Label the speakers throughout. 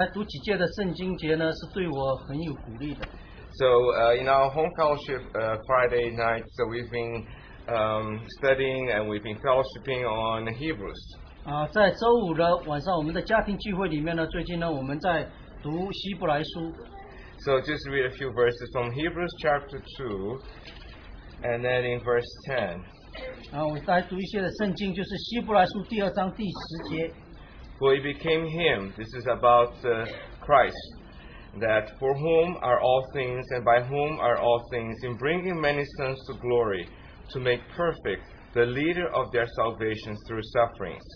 Speaker 1: 那读几届的圣经节呢，是对我很有鼓励的。
Speaker 2: So uh, in our home fellowship uh, Friday night, so we've been um, studying and we've been fellowshipping on Hebrews.
Speaker 1: 啊、在周五的晚上，我们的家庭聚会里面呢，最近呢，我们在读希伯来书。
Speaker 2: So just read a few verses from Hebrews chapter two, and then in verse ten.
Speaker 1: 啊，我来读一些的圣经，就是希伯来书第二章第十节。
Speaker 2: For it became him, this is about uh, Christ, that for whom are all things and by whom are all things, in bringing many sons to glory, to make perfect the leader of their salvation through sufferings.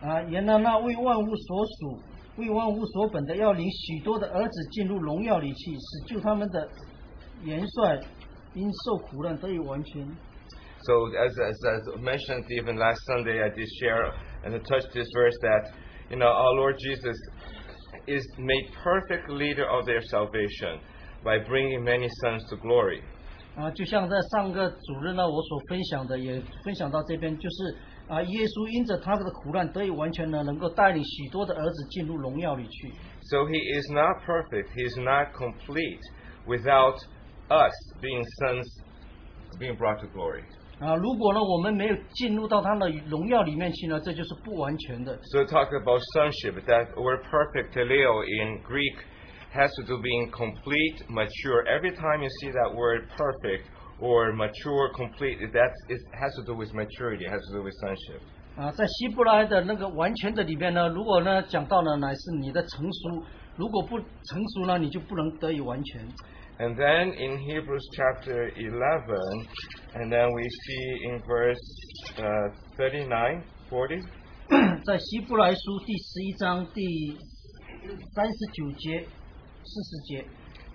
Speaker 1: 啊，原来那为万物所属、为万物所本的，要领许多的儿子进入荣耀里去，使救他们的元帅因受苦难得以完全。
Speaker 2: So, as, as, as mentioned even last Sunday, I did share and I touched this verse that, you know, our Lord Jesus is made perfect leader of their salvation by bringing many sons to glory.
Speaker 1: 啊，就像在上个主日呢，我所分享的也分享到这边，就是啊，耶稣因着他的苦难得以完全呢，能够带领许多的儿子进入荣耀里去。
Speaker 2: So he is not perfect, he is not complete without us being sons being brought to glory.
Speaker 1: 啊，如果呢我们没有进入到他的荣耀里面去呢，这就是不完全的。
Speaker 2: So talk about sonship, that word perfect teleo in Greek has to do being complete, mature. Every time you see that word perfect or mature, complete, that's it has to do with maturity, it has to do with sonship.
Speaker 1: 啊，在希伯来的那个完全的里面呢，如果呢讲到呢乃是你的成熟，如果不成熟呢，你就不能得以完全。
Speaker 2: And then in Hebrews chapter 11, and then we see in verse uh, 39, 40.
Speaker 1: 在希伯来书第十一章第三十九节、四十节，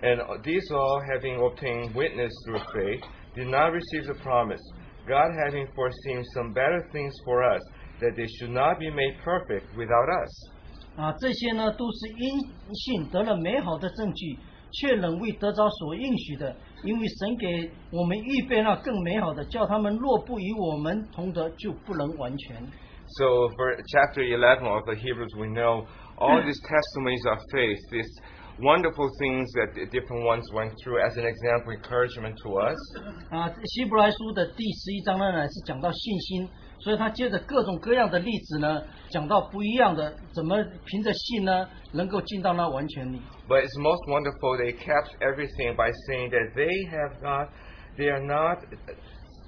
Speaker 2: And these all, having obtained witness through faith, did not receive the promise, God having foreseen some better things for us, that they should not be made perfect without us.
Speaker 1: 啊，这些呢都是因信得了美好的证据，却仍未得着所应许的，因为神给我们预备那更美好的，叫他们若不与我们同得，就不能完全。
Speaker 2: So, for chapter 11 of the Hebrews, we know all these testimonies of faith, these wonderful things that the different ones went through as an example, encouragement to us.
Speaker 1: 啊，希伯来书的第十一章呢，乃是讲到信心，所以他接着各种各样的例子呢，讲到不一样的怎么凭着信呢，能够进到那完全里。
Speaker 2: But it's most wonderful they caps everything by saying that they have not, they are not,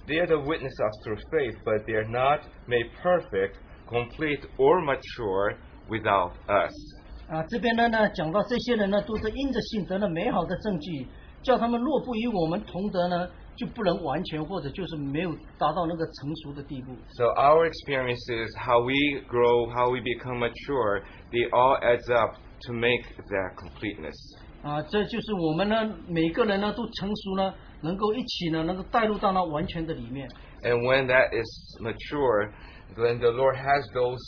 Speaker 2: they are the witness of through faith, but they are not made perfect, complete, or mature without us.
Speaker 1: 啊，这边呢呢讲到这些人呢，都是因着信得了美好的证据，叫他们若不与我们同德呢，就不能完全或者就是没有达到那个成熟的地步。
Speaker 2: So our experiences, how we grow, how we become mature, they all adds up to make that completeness.
Speaker 1: 啊，这就是我们呢每个人呢都成熟呢，能够一起呢能够带入到那完全的里面。
Speaker 2: And when that is mature, when the Lord has those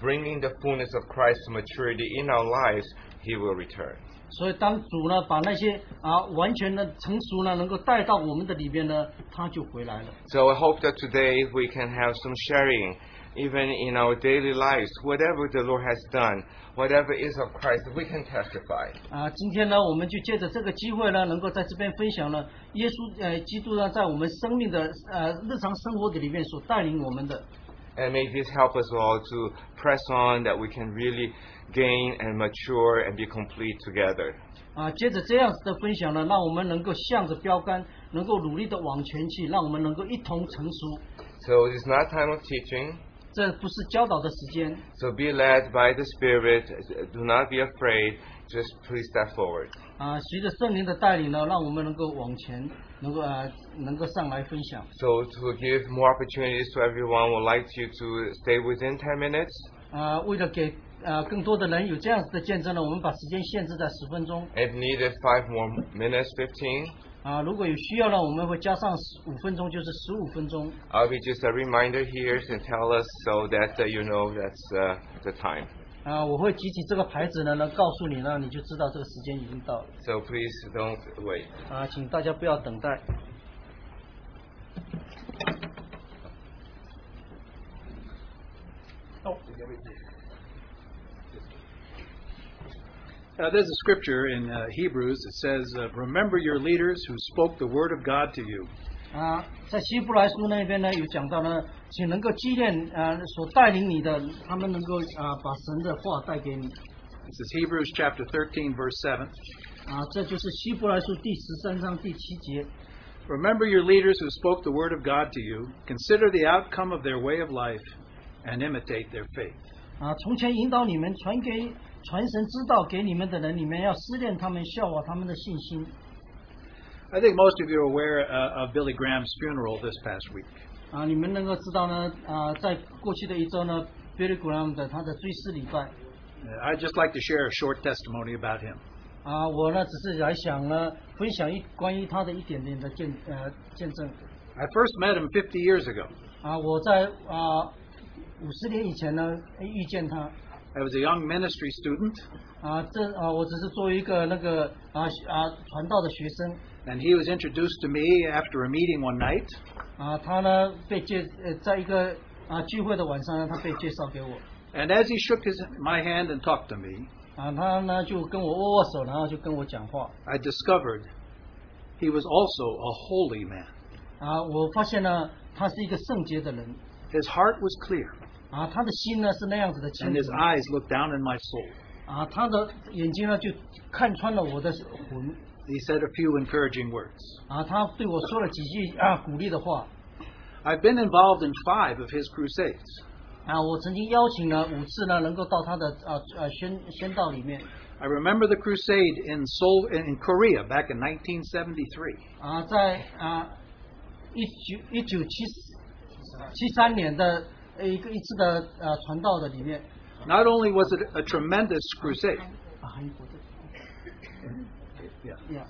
Speaker 2: bringing the fullness of Christ to maturity in our lives, He will return.
Speaker 1: 所以当主呢把那些啊完全的成熟呢能够带到我们的里面呢，他就回来了。
Speaker 2: So I hope that today we can have some sharing, even in our daily lives, whatever the Lord has done, whatever is of Christ, we can testify.
Speaker 1: 啊，今天呢，我们就借着这个机会呢，能够在这边分享呢，耶稣呃，基督呢，在我们生命的呃日常生活的里面所带领我们的
Speaker 2: And may this help us all to press on that we can really gain and mature and be complete together.
Speaker 1: 啊，接着这样子的分享呢，让我们能够向着标杆，能够努力的往前去，让我们能够一同成熟。
Speaker 2: So it's not time of teaching.
Speaker 1: 这不是教导的时间
Speaker 2: So be led by the Spirit. Do not be afraid. Just please step forward.
Speaker 1: 啊，随着圣灵的带领呢，让我们能够往前，能够呃，能够上来分享
Speaker 2: So to give more opportunities to everyone, we'd like you to stay within 10 minutes.
Speaker 1: 啊。为了给呃更多的人有这样子的见证呢，我们把时间限制在十分钟。
Speaker 2: If needed, five more minutes, 15.
Speaker 1: 啊，如果有需要呢，我们会加上十五分钟，就是十五分钟。
Speaker 2: I'll be just a reminder here to tell us so that uh, you know that's uh, the time.
Speaker 1: 啊，我会举起这个牌子呢，呢告诉你呢，你就知道这个时间已经到了。
Speaker 2: So please don't wait.
Speaker 1: 啊，请大家不要等待。
Speaker 3: Uh, there's a scripture in uh, Hebrews that says, uh, Remember your leaders who spoke the word of God to you.
Speaker 1: 啊，在希伯来书那边呢，有讲到呢，请能够纪念啊所带领你的，他们能够啊把神的话带给你
Speaker 3: This is Hebrews chapter 13, verse 7.
Speaker 1: 啊，这就是希伯来书第十三章第七节
Speaker 3: Remember your leaders who spoke the word of God to you. Consider the outcome of their way of life and imitate their faith.
Speaker 1: 啊，从前引导你们传给传神之道给你们的人，你们要思念他们，效法他们的信心
Speaker 3: I think most of you are aware uh, of Billy Graham's funeral this past week.
Speaker 1: 啊，你们能够知道呢啊，在过去的一周呢，Billy Graham 的他的追思礼拜
Speaker 3: Uh, I'd just like to share a short testimony about him.
Speaker 1: 啊，我呢只是来想呢分享一关于他的一点点的见呃见证
Speaker 3: I first met him 50 years ago.
Speaker 1: 啊，我在啊五十年以前呢遇见他
Speaker 3: I was a young ministry student,
Speaker 1: 啊，这啊我只是作为一个那个啊啊传道的学生
Speaker 3: and he was introduced to me after a meeting one night.
Speaker 1: 啊，他呢被介呃在一个啊聚会的晚上呢，他被介绍给我
Speaker 3: And as he shook his, my hand and talked to me,
Speaker 1: 啊，他呢就跟我握握手，然后就跟我讲话
Speaker 3: I discovered he was also a holy man.
Speaker 1: 啊，我发现呢他是一个圣洁的人
Speaker 3: His heart was clear,
Speaker 1: 啊，他的心呢是那样子的
Speaker 3: and
Speaker 1: 清
Speaker 3: his
Speaker 1: 楚
Speaker 3: eyes looked down in my soul.
Speaker 1: 啊，他的眼睛呢就看穿了我的魂
Speaker 3: He said a few encouraging words.
Speaker 1: 啊，他对我说了几句啊鼓励的话
Speaker 3: I've been involved in five of his crusades.
Speaker 1: 啊，我曾经邀请了五次呢，能够到他的啊啊宣宣道里面
Speaker 3: I remember the crusade in Seoul, in Korea back in 1973.
Speaker 1: 啊，在啊一九一九七七三年的呃一个一次的呃传道的里面
Speaker 3: Not only was it a tremendous crusade,
Speaker 1: 啊，韩国的
Speaker 3: yeah,
Speaker 1: 哎呀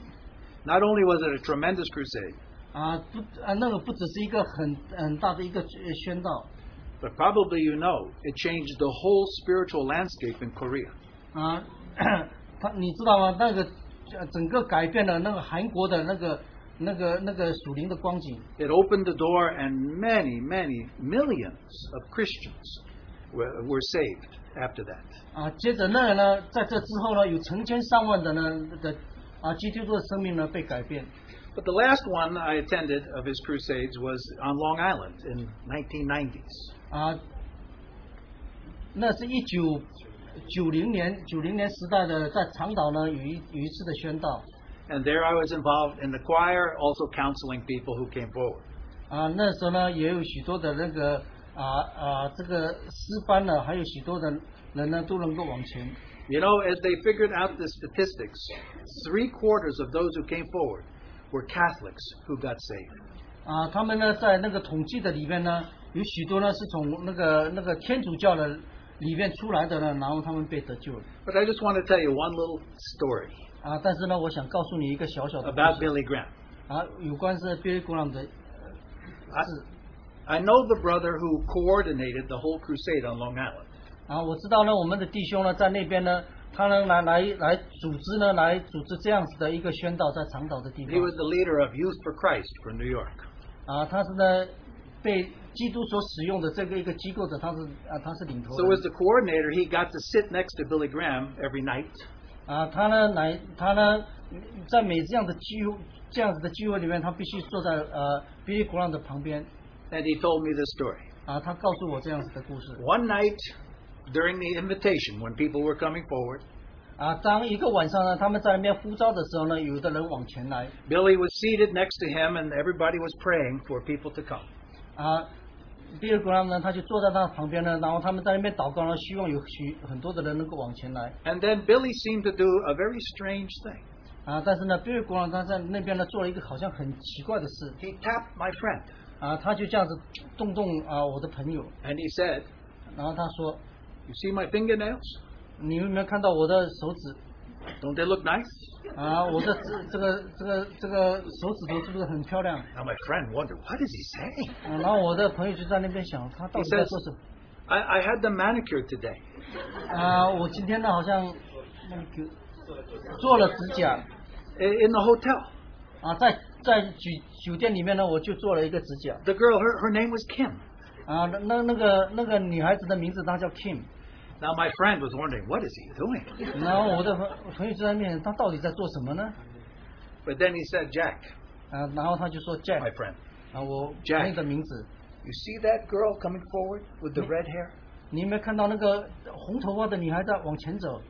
Speaker 3: not only was it a tremendous crusade,
Speaker 1: 啊不啊那个不只是一个很很大的一个呃宣道
Speaker 3: but probably you know it changed the whole spiritual landscape in Korea.
Speaker 1: 啊， 他你知道吗？那个呃整个改变了那个韩国的那个那个那个属灵的光景
Speaker 3: It opened the door, and many, many millions of Christians were, were saved after that.
Speaker 1: 啊，接着那个呢，在这之后呢，有成千上万的呢的啊基督徒的生命呢被改变。
Speaker 3: But the last one I attended of his crusades was on Long Island in 1990s.
Speaker 1: 啊，那是一九九零年九零年时代的，在长岛呢有一有一次的宣道
Speaker 3: And there I was involved in the choir, also counseling people who came forward.
Speaker 1: 啊，那时候呢也有许多的那个啊啊这个诗班呢，还有许多的人呢都能够往前
Speaker 3: You know, as they figured out the statistics, three quarters of those who came forward were Catholics who got saved.
Speaker 1: 啊，他们呢在那个统计的里面呢，有许多呢是从那个那个天主教的里面出来的呢，然后他们被得救了
Speaker 3: But I just want to tell you one little story
Speaker 1: 啊，但是呢，我想告诉你一个小小的故
Speaker 3: about
Speaker 1: 事
Speaker 3: Billy Graham.
Speaker 1: 啊，有关是 Billy Graham 的
Speaker 3: I, I know the brother who coordinated the whole crusade on Long Island.
Speaker 1: 啊，我知道呢，我们的弟兄呢，在那边呢，他呢来来来组织呢，来组织这样子的一个宣道，在长岛的地
Speaker 3: He
Speaker 1: 方
Speaker 3: was the leader of Youth for Christ for New York.
Speaker 1: 啊，他是呢被基督所使用的这个一个机构的，他是啊他是领头
Speaker 3: So
Speaker 1: 人
Speaker 3: as the coordinator, he got to sit next to Billy Graham every night.
Speaker 1: 啊，他呢来他呢在每这样的聚会这样子的聚会里面，他必须坐在呃 Billy Graham 的旁边
Speaker 3: And he told me this story.
Speaker 1: 啊，他告诉我这样子的故事
Speaker 3: One night during the invitation, when people were coming forward,
Speaker 1: 啊，当一个晚上呢，他们在那边呼召的时候呢，有的人往前来
Speaker 3: Billy was seated next to him, and everybody was praying for people to come.
Speaker 1: 啊，Bill Graham 呢，他就坐在他旁边呢，然后他们在那边祷告呢，希望有许很多的人能够往前来
Speaker 3: And then Billy seemed to do a very strange thing.
Speaker 1: 啊。但是呢，Bill Graham 他在那边呢做了一个好像很奇怪的事
Speaker 3: He tapped my friend
Speaker 1: 啊，他就这样子动动啊我的朋友，
Speaker 3: and he said,
Speaker 1: 然后他说
Speaker 3: You see my fingernails?：“
Speaker 1: 你有没有看到我的手指
Speaker 3: Don't they look nice?
Speaker 1: 啊？我的指这个这个这个手指头是不是很漂亮？”
Speaker 3: Now my friend wondered, What is he saying?
Speaker 1: 啊，然后我的朋友就在那边想，他到底在说什么
Speaker 3: I, I had them manicured today.
Speaker 1: 啊？我今天呢好像那个做了指甲。
Speaker 3: I- In the hotel,
Speaker 1: 啊，在在酒酒店里面呢，我就做了一个指甲
Speaker 3: the girl, her, her name was Kim.
Speaker 1: 啊，那那那个那个女孩子的名字她叫 Kim
Speaker 3: Now, my friend was wondering, what is he doing?
Speaker 1: 然后我的朋朋友就在面前，他到底在做什么呢？
Speaker 3: But then he said, Jack,
Speaker 1: 啊，然后他就说
Speaker 3: my
Speaker 1: Jack，
Speaker 3: friend,
Speaker 1: 啊，我
Speaker 3: Jack
Speaker 1: 朋友的名字，
Speaker 3: you see that girl coming forward with the red hair?
Speaker 1: 你有没有看到那个红头发的女孩在往前走？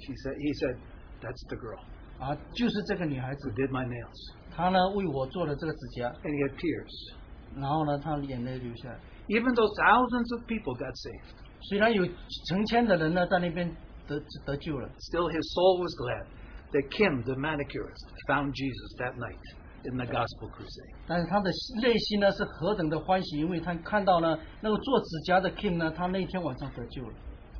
Speaker 3: She said, he said, that's the girl
Speaker 1: 啊，就是这个女孩
Speaker 3: who
Speaker 1: 子，
Speaker 3: did my nails.
Speaker 1: 她呢为我做了这个指甲，
Speaker 3: And he had tears.
Speaker 1: 然后呢她眼泪流下来。
Speaker 3: Even though thousands of people got saved,
Speaker 1: 虽然有成千的人呢在那边得得救了，
Speaker 3: still his soul was glad that Kim, the manicurist, found Jesus that night in the gospel crusade.
Speaker 1: 但是他的内心呢是何等的欢喜，因为他看到呢那个做指甲的 Kim 呢，他那天晚上得救了。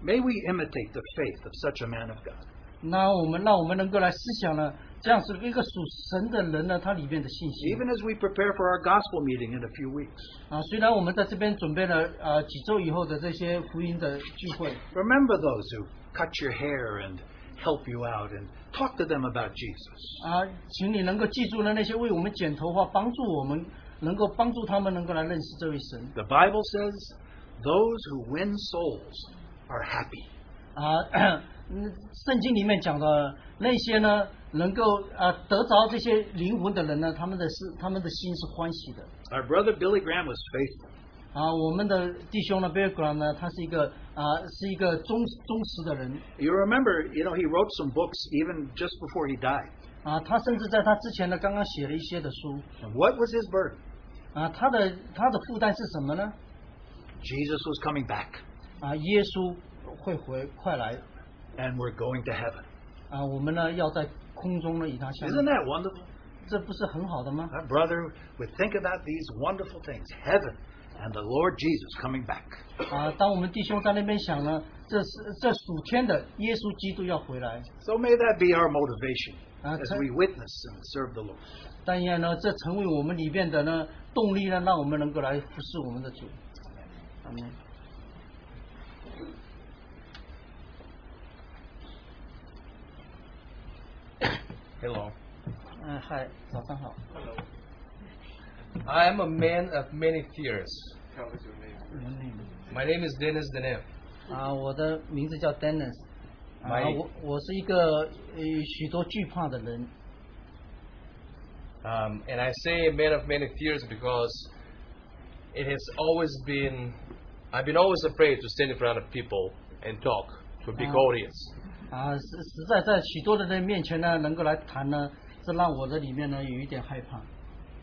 Speaker 3: May we imitate the faith of such a man of God.
Speaker 1: 那我们让我们能够来思想呢，这样子一个属神的人呢，他里面的信心
Speaker 3: Even as we prepare for our gospel meeting in a few weeks,
Speaker 1: 啊。虽然我们在这边准备了呃几周以后的这些福音的聚会，
Speaker 3: remember those who cut your hair and help you out and talk to them about Jesus.
Speaker 1: 啊，请你能够记住了那些为我们剪头发、帮助我们、能够帮助他们能够来认识这位神
Speaker 3: The Bible says those who win souls are happy.
Speaker 1: 啊。 嗯圣经里面讲的那些呢，能够啊得着这些灵魂的人呢，他们的是他们的心是欢喜的
Speaker 3: Our brother Billy Graham was faithful.
Speaker 1: 啊。我们的弟兄呢 b i l l g r a m 呢，他是一个啊是一个忠忠实的人
Speaker 3: You remember, you know, he wrote some books even just before he died.
Speaker 1: 啊，他甚至在他之前呢，刚刚写了一些的书
Speaker 3: And what was his burden?
Speaker 1: 啊，他的他的负担是什么呢？
Speaker 3: Jesus was coming back
Speaker 1: 啊，耶稣会回快来
Speaker 3: and we're going to heaven.
Speaker 1: 啊，我们呢要在空中呢与他相
Speaker 3: Isn't
Speaker 1: 遇，
Speaker 3: that wonderful?
Speaker 1: 这不是很好的吗？
Speaker 3: Our brother would think about these wonderful things heaven and the Lord Jesus coming back.
Speaker 1: 啊，当我们弟兄在那边想呢，这是这属天的耶稣基督要回来
Speaker 3: So may that be our motivation
Speaker 1: Uh,
Speaker 3: as
Speaker 1: ta-
Speaker 3: we witness and serve the Lord.
Speaker 1: 但愿呢这成为我们里面的呢动力呢，让我们能够来服侍我们的主。阿门。
Speaker 2: Hello.
Speaker 1: 嗯，嗨，早上好。
Speaker 2: I am a man of many fears. My name is Dennis Denev.
Speaker 1: 啊，我的名字叫 Dennis。啊，
Speaker 2: My-
Speaker 1: 我我是一个呃许多惧怕的人
Speaker 2: Um, and I say a man of many fears because it has always been, I've been always afraid to stand in front of people and talk to a big
Speaker 1: Ah.
Speaker 2: audience.
Speaker 1: 啊，实实在在许多的人面前呢，能够来谈呢，这让我的里面呢有一点害怕。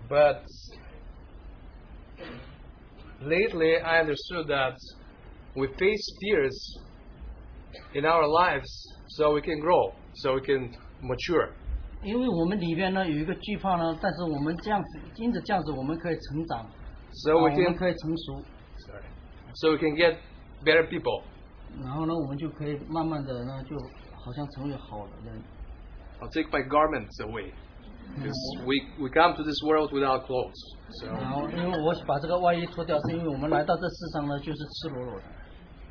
Speaker 2: But lately I understood that we face fears in our lives so we can grow, so we can mature.
Speaker 1: 因为我们里边呢有一个惧怕呢，但是我们这样子，因着这样子，我们可以成长，啊
Speaker 2: So
Speaker 1: 我
Speaker 2: we
Speaker 1: 们
Speaker 2: can
Speaker 1: 可以成熟，
Speaker 2: Sorry. So we can get better people.
Speaker 1: 然后呢，我们就可以慢慢的呢，就好像成为好的人。
Speaker 2: I'll take my garments away. Because we, we come to this world without clothes. So
Speaker 1: 然后，因为我把这个外衣脱掉，是因为我们来到这世上呢，就是赤裸裸的。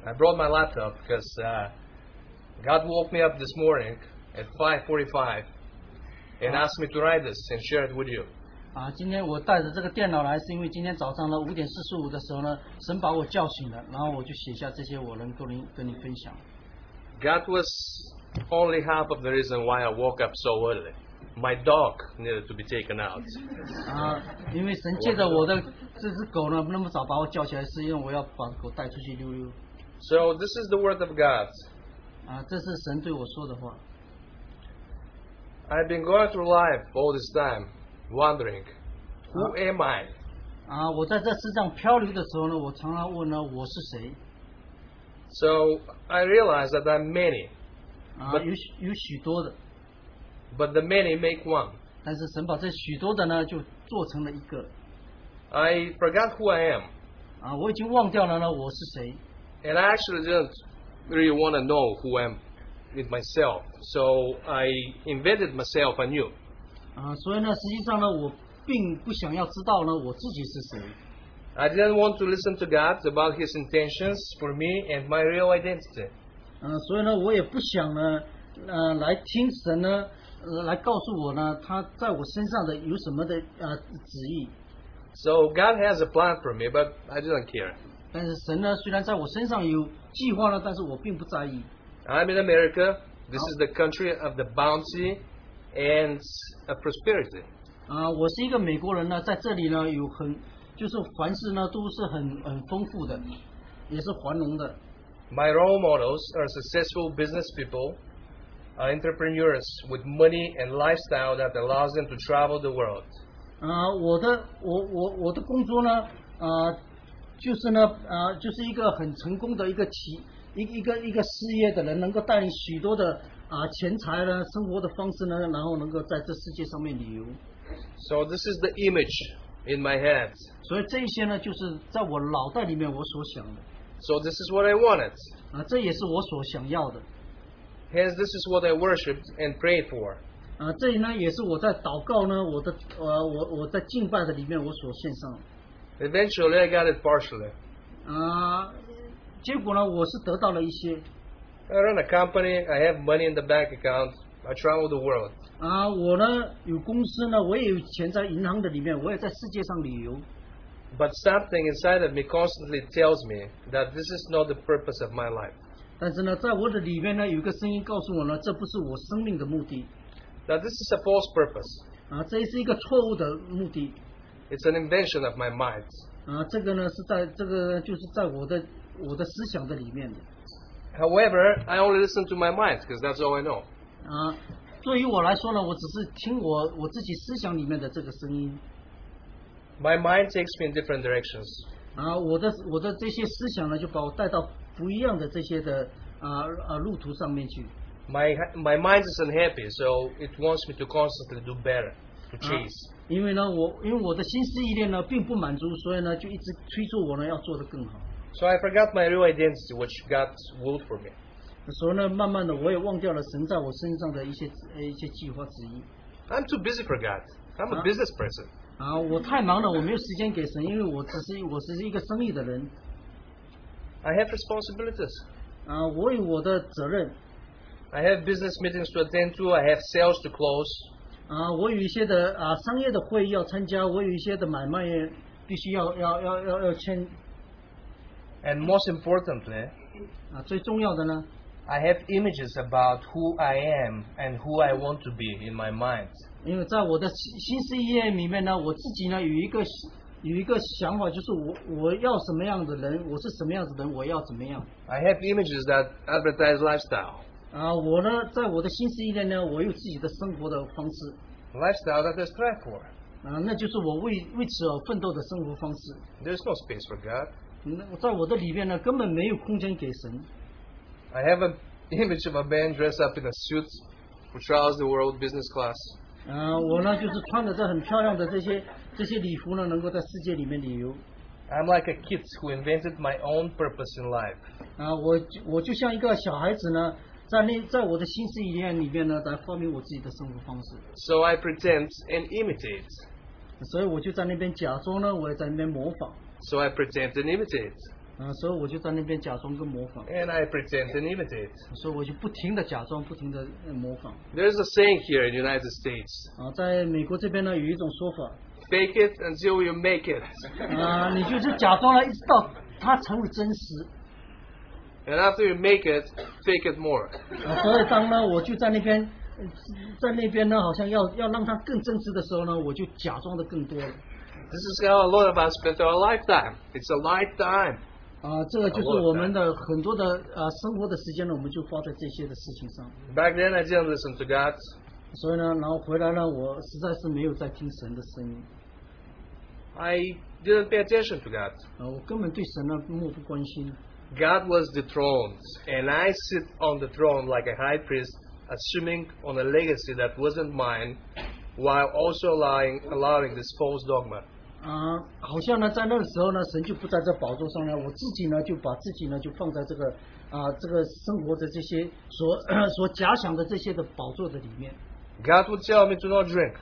Speaker 2: I brought my laptop because uh, God woke me up this morning at 5:45 and asked me to write this and share it with you.
Speaker 1: 啊，今天我带着这个电脑来，是因为今天早上呢五点四十五的时候呢，神把我叫醒了，然后我就写下这些，我能够您跟你分享。
Speaker 2: God was only half of the reason why I woke up so early. My dog needed to be taken out.
Speaker 1: 啊，因为神借着我的这只狗呢，那么早把我叫起来，是因为我要把狗带出去溜溜。
Speaker 2: So this is the word of God.
Speaker 1: 啊，这是神对我说的话。
Speaker 2: I've been going through life all this time, wondering, who am I?
Speaker 1: 啊，我在这世上漂流的时候呢，我常常问呢，我是谁？
Speaker 2: So I realize that I'm many,
Speaker 1: 啊，
Speaker 2: But-
Speaker 1: 有许有许多的，
Speaker 2: but the many make one.
Speaker 1: 但是神把这许多的呢，就做成了一个。
Speaker 2: I forgot who I am,
Speaker 1: 啊，我已经忘掉了呢，我是谁？
Speaker 2: and I actually didn't really want to know who I am with myself. So I invented myself anew.
Speaker 1: 啊，所以呢，实际上呢，我并不想要知道呢，我自己是谁。
Speaker 2: I didn't want to listen to God about His intentions for me and my real identity.
Speaker 1: 呃，所以呢，我也不想呢，呃，来听神呢，呃，来告诉我呢，他在我身上的有什么的呃旨意
Speaker 2: So God has a plan for me, but I didn't care.
Speaker 1: 但是神呢，虽然在我身上有计划了，但是我并不在意。
Speaker 2: I'm in America. This is the country of the bounty and of prosperity.
Speaker 1: 啊、我是一个美国人呢，在这里呢有很，就是凡事呢都是很很丰富的，也是繁荣的。
Speaker 2: My role models are successful business people, uh, entrepreneurs with money and lifestyle that allows them to travel the world.
Speaker 1: 啊，我的我我我的工作呢，啊，就是呢，啊，就是一个很成功的一个企一一个一个事业的人，能够带领许多的啊钱财呢，生活的方式呢，然后能够在这世界上面旅游。
Speaker 2: So this is the image in my head.
Speaker 1: 所以这一些呢，就是在我脑袋里面我所想的
Speaker 2: So this is what I wanted.
Speaker 1: 啊，这也是我所想要的
Speaker 2: Hence, this is what I worshipped and prayed for.
Speaker 1: 啊，这里呢也是我在祷告呢，我的呃我我在敬拜的里面我所献上的
Speaker 2: Eventually, I got it partially.
Speaker 1: 啊，结果呢我是得到了一些
Speaker 2: I run a company. I have money in the bank account. I travel the world.
Speaker 1: 啊，我呢有公司呢，我也有钱在银行的里面，我也在世界上旅游。
Speaker 2: But something inside of me constantly tells me that this is not the purpose of my life.
Speaker 1: 但是呢，在我的里面呢，有一个声音告诉我呢，这不是我生命的目的
Speaker 2: That this is a false purpose.
Speaker 1: 啊，这是一个错误的目的
Speaker 2: It's an invention of my mind.
Speaker 1: 啊，这个呢是在这个就是在我的我的思想的里面的
Speaker 2: However, I only listen to my mind because that's all I know.
Speaker 1: 啊。对于我来说呢，我只是听我我自己思想里面的这个声音
Speaker 2: My mind takes me in different directions.
Speaker 1: 啊，我的我的这些思想呢，就把我带到不一样的这些的啊啊路途上面去啊
Speaker 2: My my mind is unhappy, so it wants me to constantly do better, to
Speaker 1: 啊
Speaker 2: chase.。
Speaker 1: 因为呢，我因为我的心思意念呢并不满足，所以呢就一直催促我呢要做得更好。
Speaker 2: So I forgot my real identity, which God willed for me.
Speaker 1: 所以呢，慢慢的我也忘掉了神在我身上的一些呃一些计划之一
Speaker 2: I'm too busy for God. I'm a
Speaker 1: Huh?
Speaker 2: business person.
Speaker 1: 啊，我太忙了，我没有时间给神，因为我只是我只是一个生意的人
Speaker 2: I have responsibilities.
Speaker 1: 啊，我有我的责任
Speaker 2: I have business meetings to attend to. I have sales to close.
Speaker 1: 啊，我有一些的啊商业的会议要参加，我有一些的买卖也必须要要要要要签
Speaker 2: And most importantly,
Speaker 1: 啊，最重要的呢
Speaker 2: I have images about who I am and who I want to be in my mind.
Speaker 1: 因为在我的心心思意念里面呢，我自己呢有一个有一个想法，就是我我要什么样的人，我是什么样子的人，我要怎么样
Speaker 2: I have images that advertise lifestyle.
Speaker 1: 啊。我呢，在我的心思意念呢，我有自己的生活的方式
Speaker 2: Lifestyle that I strive for.
Speaker 1: 啊，那就是我为为此而奋斗的生活方式。
Speaker 2: There's no space for God.
Speaker 1: 那在我的里面呢，根本没有空间给神
Speaker 2: I have an image of a man dressed up in a suit who travels the world business class.
Speaker 1: 啊。我呢，就是穿着这很漂亮的这些这些礼服呢，能够在世界里面旅游
Speaker 2: I'm like a kid who invented my own purpose in life.
Speaker 1: 啊。我就我就像一个小孩子呢，在那在我的心思意念里面呢，来发明我自己的生活方式。
Speaker 2: So I pretend and imitate.
Speaker 1: 所以我就在那边假装呢，我也在那边模仿，
Speaker 2: So I pretend and imitate.
Speaker 1: 嗯、所以我就在那边假装跟模仿，
Speaker 2: And I pretend and imitate.
Speaker 1: 所以我就不停的假装，不停的模仿。
Speaker 2: There's a saying here in the United States
Speaker 1: 啊，在美国这边呢，有一种说法，
Speaker 2: fake it until you make it.
Speaker 1: 啊，你就是假装了，一直到它成为真实。
Speaker 2: And after you make it, fake it more.
Speaker 1: 啊，所以当呢，我就在那边，呃在那边呢，好像要要让它更真实的时候呢，我就假装的更多了。
Speaker 2: This is how a lot of us spend our lifetime. It's a lifetime.
Speaker 1: 啊，这个就是我们的很多的呃生活的时间呢，我们就花在这些的事情上。
Speaker 2: Back then, I didn't listen to God.
Speaker 1: 所以呢，然后回来呢，我实在是没有在听神的声音。
Speaker 2: I didn't pay attention to God.
Speaker 1: 啊，我根本对神呢漠不关心
Speaker 2: God was dethroned, and I sit on the throne like a high priest, assuming on a legacy that wasn't mine, while also allowing, allowing this false dogma.
Speaker 1: 啊，好像呢，在那个时候呢，神就不在这宝座上呢，我自己呢就把自己呢就放在这个啊这个生活的这些所 所假想的这些的宝座的里面
Speaker 2: God would tell me to not drink.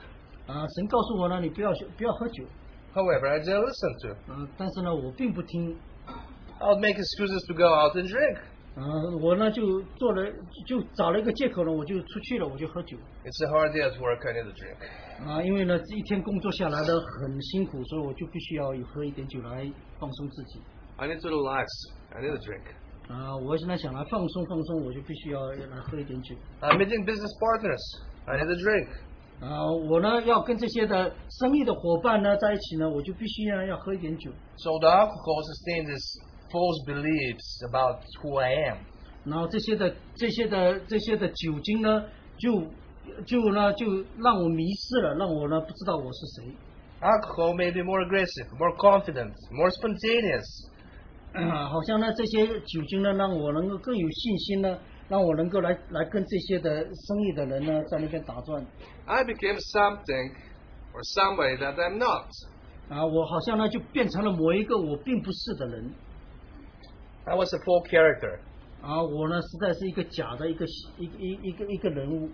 Speaker 1: 啊，神告诉我呢，你不要去不要喝酒
Speaker 2: However, I didn't listen to.
Speaker 1: 啊，但是呢，我并不听
Speaker 2: I would make excuses to go out and drink.
Speaker 1: 啊，我呢就做了就找了一个借口呢，我就出去了，我就喝酒
Speaker 2: It's a hard day at work. I need a drink.
Speaker 1: 啊，因为呢一天工作下来呢很辛苦，所以我就必须要有喝一点酒来放松自己
Speaker 2: I need to relax. I need a drink.
Speaker 1: 啊，我现在想来放松放松，我就必须要来喝一点酒。
Speaker 2: I'm meeting business partners. I need a drink.
Speaker 1: 啊，我呢要跟这些的生意的伙伴呢在一起呢，我就必须呢要喝一点酒。
Speaker 2: So the alcohol sustains these false beliefs about who I am.
Speaker 1: 然后这些的这些的这些的酒精呢，就就呢就让我迷失了，让我呢不知道我是谁。
Speaker 2: Alcohol made me more aggressive, more confident, more spontaneous.
Speaker 1: 啊好像呢，这些酒精呢，让我能够更有信心呢，让我能够来来跟这些的生意的人呢，在那边打转
Speaker 2: I became something or somebody that I'm not.
Speaker 1: 啊，我好像呢就变成了某一个我并不是的人
Speaker 2: I was a full character.
Speaker 1: 啊，我呢实在是一个假的一个一个一个一个人物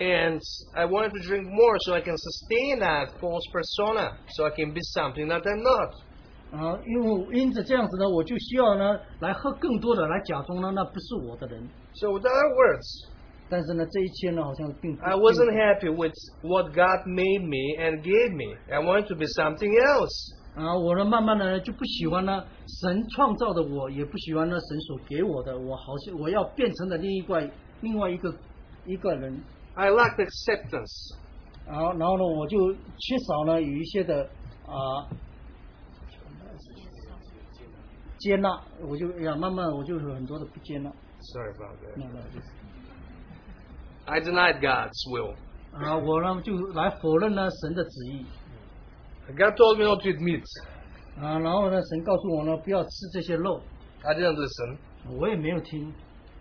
Speaker 2: And I wanted to drink more so I can sustain that false persona, so I can be something that I'm not.
Speaker 1: 啊，因为因此这样子呢，我就需要呢来喝更多的，来假装呢那不是我的人，
Speaker 2: So, with other words,
Speaker 1: 但是呢这一切呢好像并不
Speaker 2: I wasn't happy with what God made me and gave me. I wanted to be something else.
Speaker 1: 啊，我呢慢慢的就不喜欢呢神创造的我，也不喜欢呢神所给我的，我好像我要变成的另一块另外一个一个人，
Speaker 2: I lacked acceptance.
Speaker 1: 然后然后呢我就缺少呢有一些的啊接纳，我就哎呀慢慢我就有很多的不接纳，
Speaker 2: Sorry about that.
Speaker 1: 慢慢就是
Speaker 2: I denied God's will.
Speaker 1: 啊我呢就来否认呢神的旨意
Speaker 2: God told me not to eat meat.
Speaker 1: 啊，然后呢神告诉我呢不要吃这些肉，
Speaker 2: I didn't listen.
Speaker 1: 我也没有听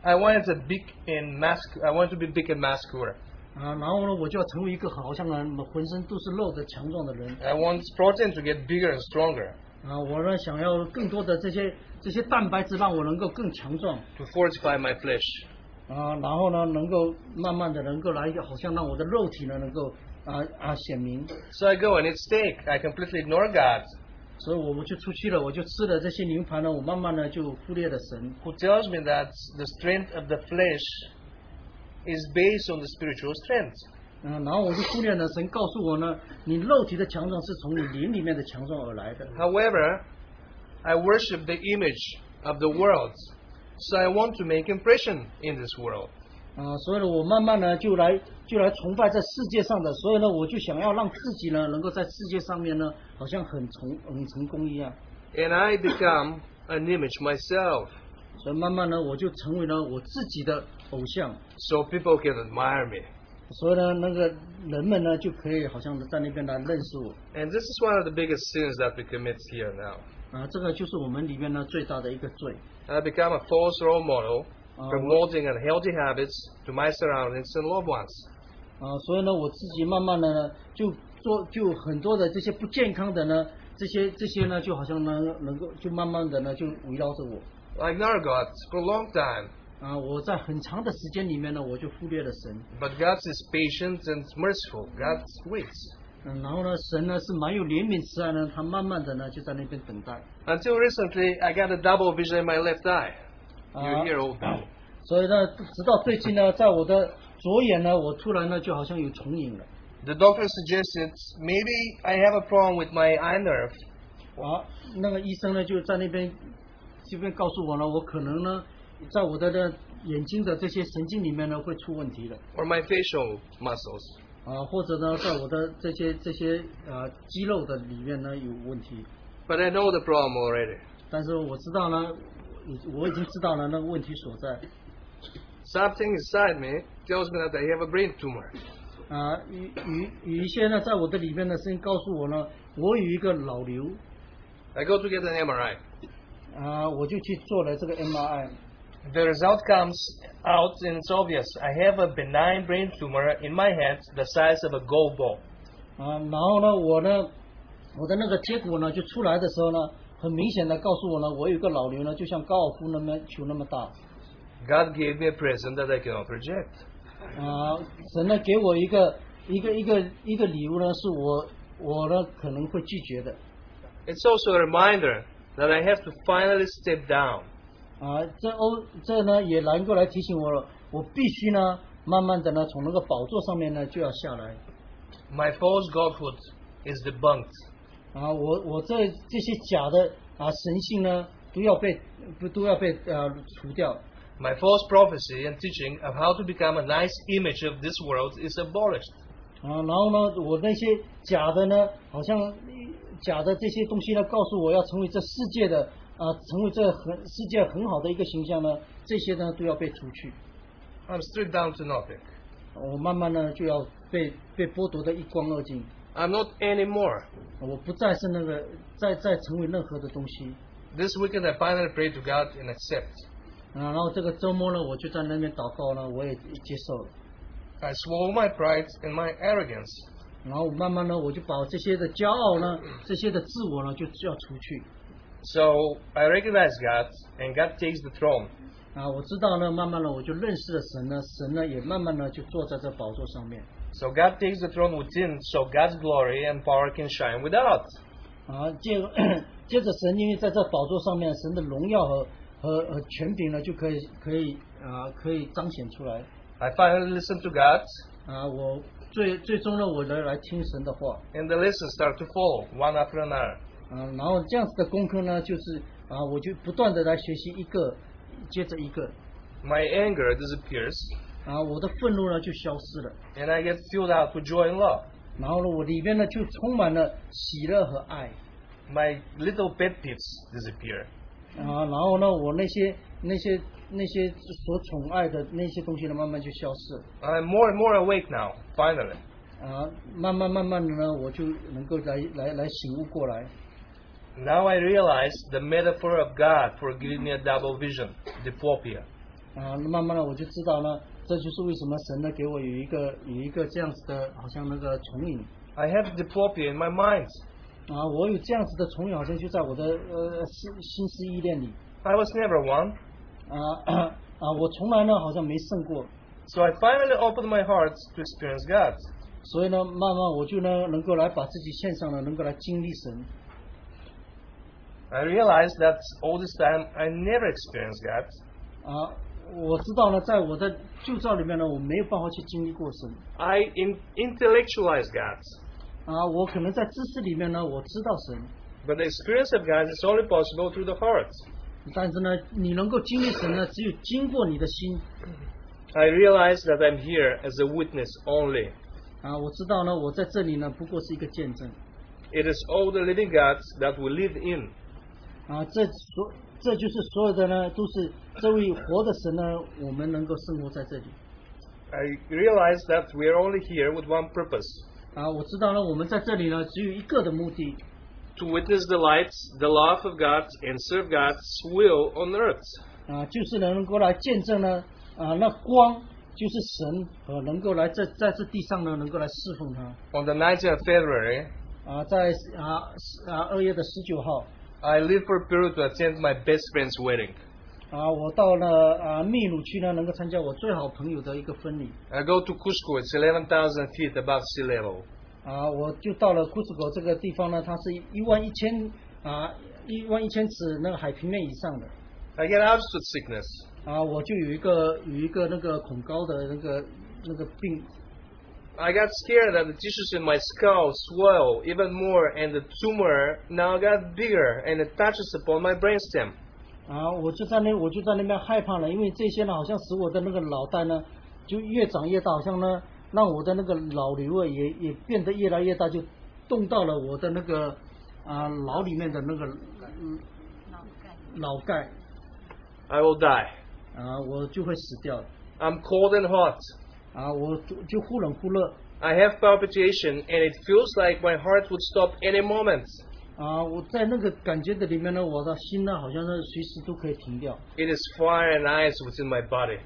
Speaker 2: I wanted to big and mask. I wanted to be big and muscular.
Speaker 1: 啊，然后呢我就要成为一个好像呢浑身都是肉的强壮的人。
Speaker 2: I want protein to get bigger and stronger
Speaker 1: 啊，我呢想要更多的这些这些蛋白质，让我能够更强壮
Speaker 2: to fortify my flesh.
Speaker 1: 啊，然后呢能够慢慢的能够来，好像让我的肉体呢能够啊啊显明，
Speaker 2: So I go and eat steak. I completely ignore God,
Speaker 1: 所以我们就出去了，我就吃了这些牛排呢，我慢慢的就忽略了神
Speaker 2: who tells me that the strength of the flesh is based on the spiritual strength.
Speaker 1: 啊，然后我就忽略了神告诉我呢，你肉体的强壮是从你灵里面的强壮而来的
Speaker 2: However, I worship the image of the world, so I want to make impression in this world.
Speaker 1: 啊，所以呢我慢慢呢就来就来崇拜在世界上的，所以呢我就想要让自己呢能够在世界上面呢好像很成很成功一样。
Speaker 2: and I become an image myself,
Speaker 1: 所以慢慢呢，我就成为了我自己的偶像，
Speaker 2: so people can admire me.
Speaker 1: 所以呢，那个人们呢就可以好像在那边来认识我
Speaker 2: And this is one of the biggest sins that we commit here now.
Speaker 1: 啊，这个就是我们里面呢最大的一个罪
Speaker 2: I become a false role model,
Speaker 1: 啊
Speaker 2: promoting unhealthy habits to my surroundings and loved ones.
Speaker 1: 啊，所以呢，我自己慢慢的呢就做就很多的这些不健康的呢，这些这些呢就好像呢能够就慢慢的呢就围绕着我
Speaker 2: I ignore God for a long time,
Speaker 1: 啊，我在很长的时间里面呢，我就忽略了神，
Speaker 2: but God is patient and merciful. God waits.
Speaker 1: 嗯，然后呢，神呢是蛮有怜悯慈爱呢，他慢慢的呢就在那边等待
Speaker 2: Until recently, I got a double vision in my left eye.
Speaker 1: 啊 Uh-huh.
Speaker 2: You。hear old now.
Speaker 1: 所以呢，直到最近呢，在我的左眼呢，我突然呢就好像有重影了
Speaker 2: The doctor suggested maybe I have a problem with my eye nerve
Speaker 1: 啊。那个医生呢就在那边这边告诉我呢，我可能呢在我的呢眼睛的这些神经里面呢会出问题的
Speaker 2: or my facial muscles.
Speaker 1: 啊，或者呢在我的这些这些呃肌肉的里面呢有问题。
Speaker 2: But I know the problem already.
Speaker 1: 但是我知道呢，我我已经知道了那个问题所在
Speaker 2: Something inside me tells me that I have a brain tumor.
Speaker 1: 啊。有有有一些呢在我的里面的声音告诉我呢，我有一个脑瘤
Speaker 2: I go to get an MRI.
Speaker 1: 啊，我就去做了这个 MRI。
Speaker 2: The result comes out and it's obvious. I have a benign brain tumor in my head the size of a golf ball.
Speaker 1: 啊，然后呢，我呢，我的那个结果呢，就出来的时候呢，很明显的告诉我呢，我有一个脑瘤呢，就像高尔夫那么球那么大。
Speaker 2: God gave me a present that I cannot reject.
Speaker 1: 啊，神呢给我一个一个一个一个礼物呢，是我我呢可能会拒绝的。
Speaker 2: It's also a reminder that I have to finally step down.
Speaker 1: 啊，这欧这呢也能够来提醒我了，我必须呢慢慢的呢从那个宝座上面呢就要下来。
Speaker 2: My false godhood is debunked.
Speaker 1: 啊，我我这这些假的啊神性呢都要被不都要被呃除掉。
Speaker 2: My false prophecy and teaching of how to become a nice image of this world is abolished.
Speaker 1: 啊，然后呢，我那些假的呢，好像呃假的这些东西呢，告诉我要成为这世界的啊、成为这很世界很好的一个形象呢，这些呢都要被除去。
Speaker 2: I'm stripped down to nothing.
Speaker 1: 我慢慢呢就要被被剥夺的一光二净，
Speaker 2: I'm not anymore.
Speaker 1: 我不再是那个再再成为任何的东西。
Speaker 2: This weekend I finally prayed to God and accept.
Speaker 1: 啊，然后这个周末呢，我就在那边祷告呢，我也接受了。
Speaker 2: I swallowed my pride and my arrogance.
Speaker 1: 然后慢慢呢，我就把这些的骄傲呢，这些的自我呢，就要除去。
Speaker 2: So I recognize God and God takes the throne.
Speaker 1: 啊，我知道呢，慢慢的我就认识了神呢，神呢也慢慢的就坐在这宝座上面。
Speaker 2: So God takes the throne within so God's glory and power can shine without.
Speaker 1: 啊， 接接着神因为在这宝座上面，神的荣耀和和和权柄呢，就可以可以啊、可以彰显出来。
Speaker 2: I finally listened to God
Speaker 1: 啊，我最最终呢，我来来听神的话。
Speaker 2: and the lessons start to follow one after another.
Speaker 1: 啊，然后这样子的功课呢，就是啊，我就不断的来学习一个接着一个。
Speaker 2: My anger disappears
Speaker 1: 啊，我的愤怒呢就消失了，
Speaker 2: and I get filled out with joy and love.
Speaker 1: 然后呢，我里边呢就充满了喜乐和爱。
Speaker 2: My little pet peeves disappear.
Speaker 1: 啊，然后呢，我那些那些那些所宠爱的那些东西呢，慢慢就消失了。
Speaker 2: I'm more and more awake now, finally.
Speaker 1: 啊，慢慢慢慢的呢，我就能够来来来醒悟过来。
Speaker 2: Now I realize the metaphor of God for giving me a double vision, diplopia.
Speaker 1: 啊，慢慢的我就知道呢，这就是为什么神呢给我有一个有一个这样子的，好像那个重影。
Speaker 2: I have diplopia in my mind.
Speaker 1: 啊，我有这样子的重影，好像就在我的呃心心思意念里。
Speaker 2: I was never one.
Speaker 1: 啊啊，我从来呢好像没胜过，
Speaker 2: So I finally opened my heart to experience God.
Speaker 1: 所以呢，慢慢我就呢能够来把自己献上了，能够来经历神。
Speaker 2: I realized that all this time I never experienced God.
Speaker 1: 啊，我知道呢，在我的旧照里面呢，我没有办法去经历过神。
Speaker 2: I in- intellectualized God.
Speaker 1: 啊，我可能在知识里面呢，我知道神，
Speaker 2: But the experience of God is only possible through the heart.
Speaker 1: 但是呢，你能够经历神呢，只有经过你的心。
Speaker 2: I realized that I'm here as a witness only.
Speaker 1: 啊，我知道呢，我在这里呢，不过是一个见证。
Speaker 2: It is all the living God that we live in.
Speaker 1: 啊，这所这就是所有的呢，都是这位活的神呢，我们能够生活在这里。
Speaker 2: I realized that we are only here with one purpose
Speaker 1: 啊，我知道呢，我们在这里呢，只有一个的目的，
Speaker 2: to witness the light, the love of God, and serve God's will on earth.
Speaker 1: 啊，就是能够来见证呢，啊，那光就是神，呃，能够来在在这地上呢，能够来侍奉他。
Speaker 2: On the 19th of February,
Speaker 1: 啊，在啊十啊二月的十九号
Speaker 2: I leave for Peru to attend my best friend's wedding.
Speaker 1: 啊，我到了啊秘鲁去呢，能够参加我最好朋友的一个婚礼
Speaker 2: I go to Cusco, it's 11,000 feet above sea level.
Speaker 1: 啊，我就到了库斯科这个地方呢，它是一万一千啊一万一千尺那个海平面以上的
Speaker 2: I get altitude sickness.
Speaker 1: 啊，我就有一个有一个那个恐高的那个那个病
Speaker 2: I got scared that the tissues in my skull swell even more and the tumor now got bigger and it touches upon my brainstem.
Speaker 1: 啊，我就在那我就在那边害怕了，因为这些呢好像使我的那个脑袋呢就越长越大，好像呢让我的那个脑瘤啊也也变得越来越大，就动到了我的那个啊脑里面的那个嗯脑盖
Speaker 2: I will die.
Speaker 1: 啊，我就会死掉
Speaker 2: I'm cold and hot.
Speaker 1: 啊，我就就忽冷忽热
Speaker 2: I have palpitation and it feels like my heart would stop any moment.
Speaker 1: 啊，我在那个感觉的里面呢，我的心呢好像是随时都可以停掉
Speaker 2: It is fire and ice within my body.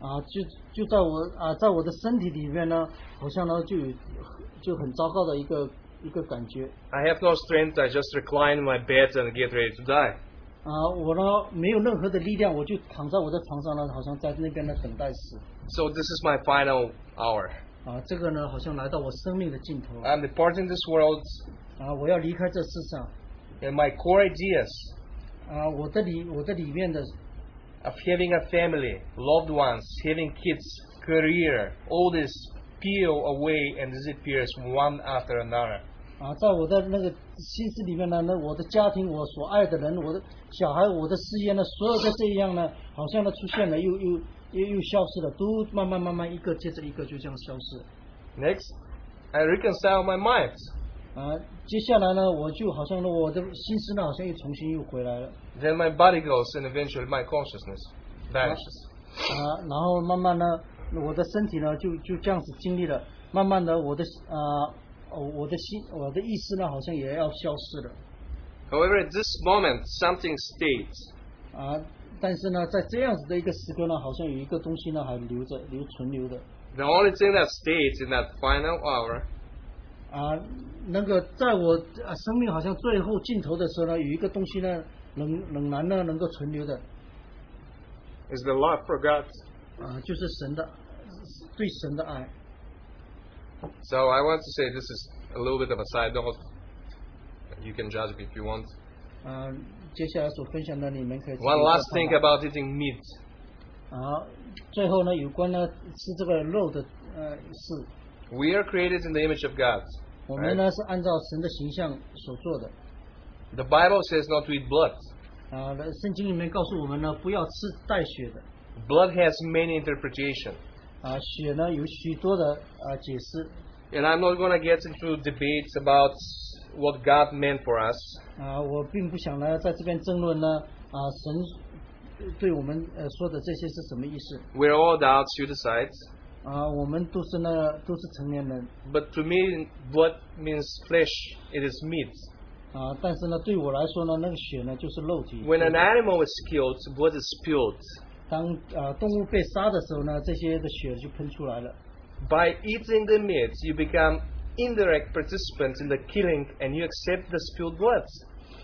Speaker 1: 啊，就就在我啊在我的身体里面呢，好像呢就有就很糟糕的一个一个感觉。
Speaker 2: I have no strength, I just recline in my bed and get ready to die.
Speaker 1: 啊，我呢没有任何的力量，我就躺在我的床上呢，好像在那边呢等待死。
Speaker 2: So this is my final hour.
Speaker 1: 啊，这个呢好像来到我生命的尽头。
Speaker 2: I'm departing this world
Speaker 1: 啊，我要离开这世上。
Speaker 2: and my core ideas
Speaker 1: 啊，我的里我的里面的
Speaker 2: of having a family, loved ones, having kids, career, all this peel away and disappears one after another.
Speaker 1: 啊，在我的那个心思里面呢，那我的家庭，我所爱的人，我的小孩，我的事业呢，所有的这样呢，好像呢出现了，又又又又消失了，都慢慢慢慢一个接着一个就这样消失。
Speaker 2: Next, I reconcile my mind.
Speaker 1: 啊，接下来呢，我就好像呢，我的心思呢，好像又重新又回来了。
Speaker 2: Then my body goes and eventually my consciousness vanishes.
Speaker 1: 啊，然后慢慢呢，我的身体呢就就这样子经历了，慢慢的我的啊、哦我的心我的意识呢好像也要消失了
Speaker 2: However, at this moment, something stays.
Speaker 1: 啊、但是呢，在这样子的一个时刻呢，好像有一个东西呢还留着留存留的
Speaker 2: The only thing that stays in that final hour
Speaker 1: 啊、那个在我啊生命好像最后尽头的时候呢，有一个东西呢仍仍然呢能够存留的
Speaker 2: is the love for God.
Speaker 1: 啊、就是神的对神的爱。
Speaker 2: So I want to say this is a little bit of a side note. You can judge me if you want.
Speaker 1: 啊、接下来所分享的你们可以自己
Speaker 2: One last
Speaker 1: 再看吧
Speaker 2: thing about eating meat.
Speaker 1: 好，最后呢，有关呢吃这个肉的呃事，
Speaker 2: We are created in the image of God.
Speaker 1: 我们呢是按照神的形象所做的
Speaker 2: The Bible says not to eat blood.
Speaker 1: 啊、圣经里面告诉我们呢，不要吃带血的
Speaker 2: Blood has many interpretations.
Speaker 1: 啊、血呢有许多的啊、解释
Speaker 2: And I'm not going to get into debates about what God meant for us.
Speaker 1: 啊、我并不想呢在这边争论呢啊、神对我们呃说的这些是什么意思
Speaker 2: We're all adults, you decide.
Speaker 1: 啊、我们都是呢都是成年人
Speaker 2: But to me, blood means flesh, it is meat.
Speaker 1: 啊、但是呢对我来说呢，那个血呢就是肉体。
Speaker 2: When an animal is killed, blood is spilled.
Speaker 1: 当啊、动物被杀的时候呢，这些的血就喷出来了。
Speaker 2: By eating the meat, you become indirect participant in the killing and you accept the spilled blood.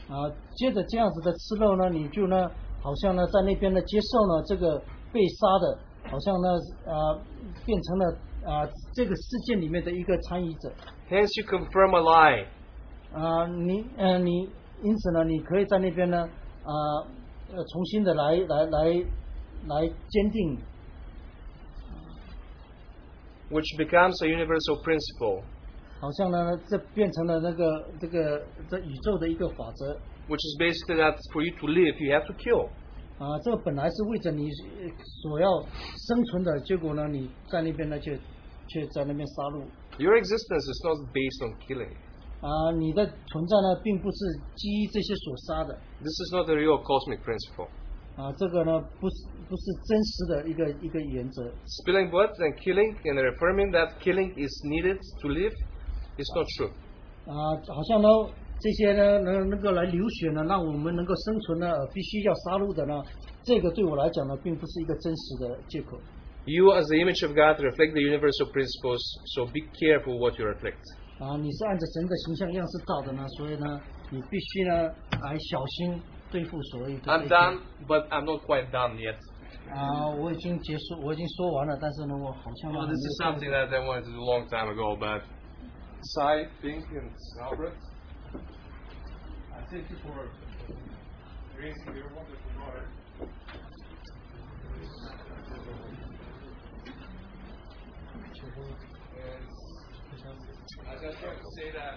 Speaker 1: 啊，接着这样子的吃肉呢，你就呢，好像呢在那边呢接受呢这个被杀的，好像呢啊变成了啊这个事件里面的一个参与者
Speaker 2: Hence, you confirm a lie.
Speaker 1: 啊，你呃你因此呢，你可以在那边呢啊呃重新的来来来来坚定
Speaker 2: which becomes a universal principle,
Speaker 1: 好像呢，这变成了那个这个这宇宙的一个法则
Speaker 2: which is basically that for you to live, you have to kill.
Speaker 1: 啊，这个本来是为着你呃所要生存的，结果呢，你在那边呢却却在那边杀戮
Speaker 2: Your existence is not based on killing.
Speaker 1: 啊，你的存在呢，并不是基于这些所杀的
Speaker 2: This is not a real cosmic principle.
Speaker 1: 啊，这个呢，不是不是真实的一个一个原则
Speaker 2: Spilling blood and killing and affirming that killing is needed to live is not true.
Speaker 1: 啊，好像呢，这些呢能能够来流血呢，让我们能够生存呢，而必须要杀戮的呢，这个对我来讲呢，并不是一个真实的借口
Speaker 2: You, as the image of God, reflect the universal principles, so be careful what you reflect.
Speaker 1: 啊，你是按着神的形象样式造的呢，所以呢，你必须呢来小心对付所谓的这
Speaker 2: I'm
Speaker 1: 些
Speaker 2: done, but I'm not quite done yet.
Speaker 1: 啊，我已经结束，我已经说完了，但是呢，我好像
Speaker 2: Well,
Speaker 1: 呢
Speaker 2: Oh, this is
Speaker 1: 还没有
Speaker 2: something that I wanted to do a long time ago, but Sai, Pink, and Albert, I Uh, thank you for raising your wonderful daughter. And I just want to say that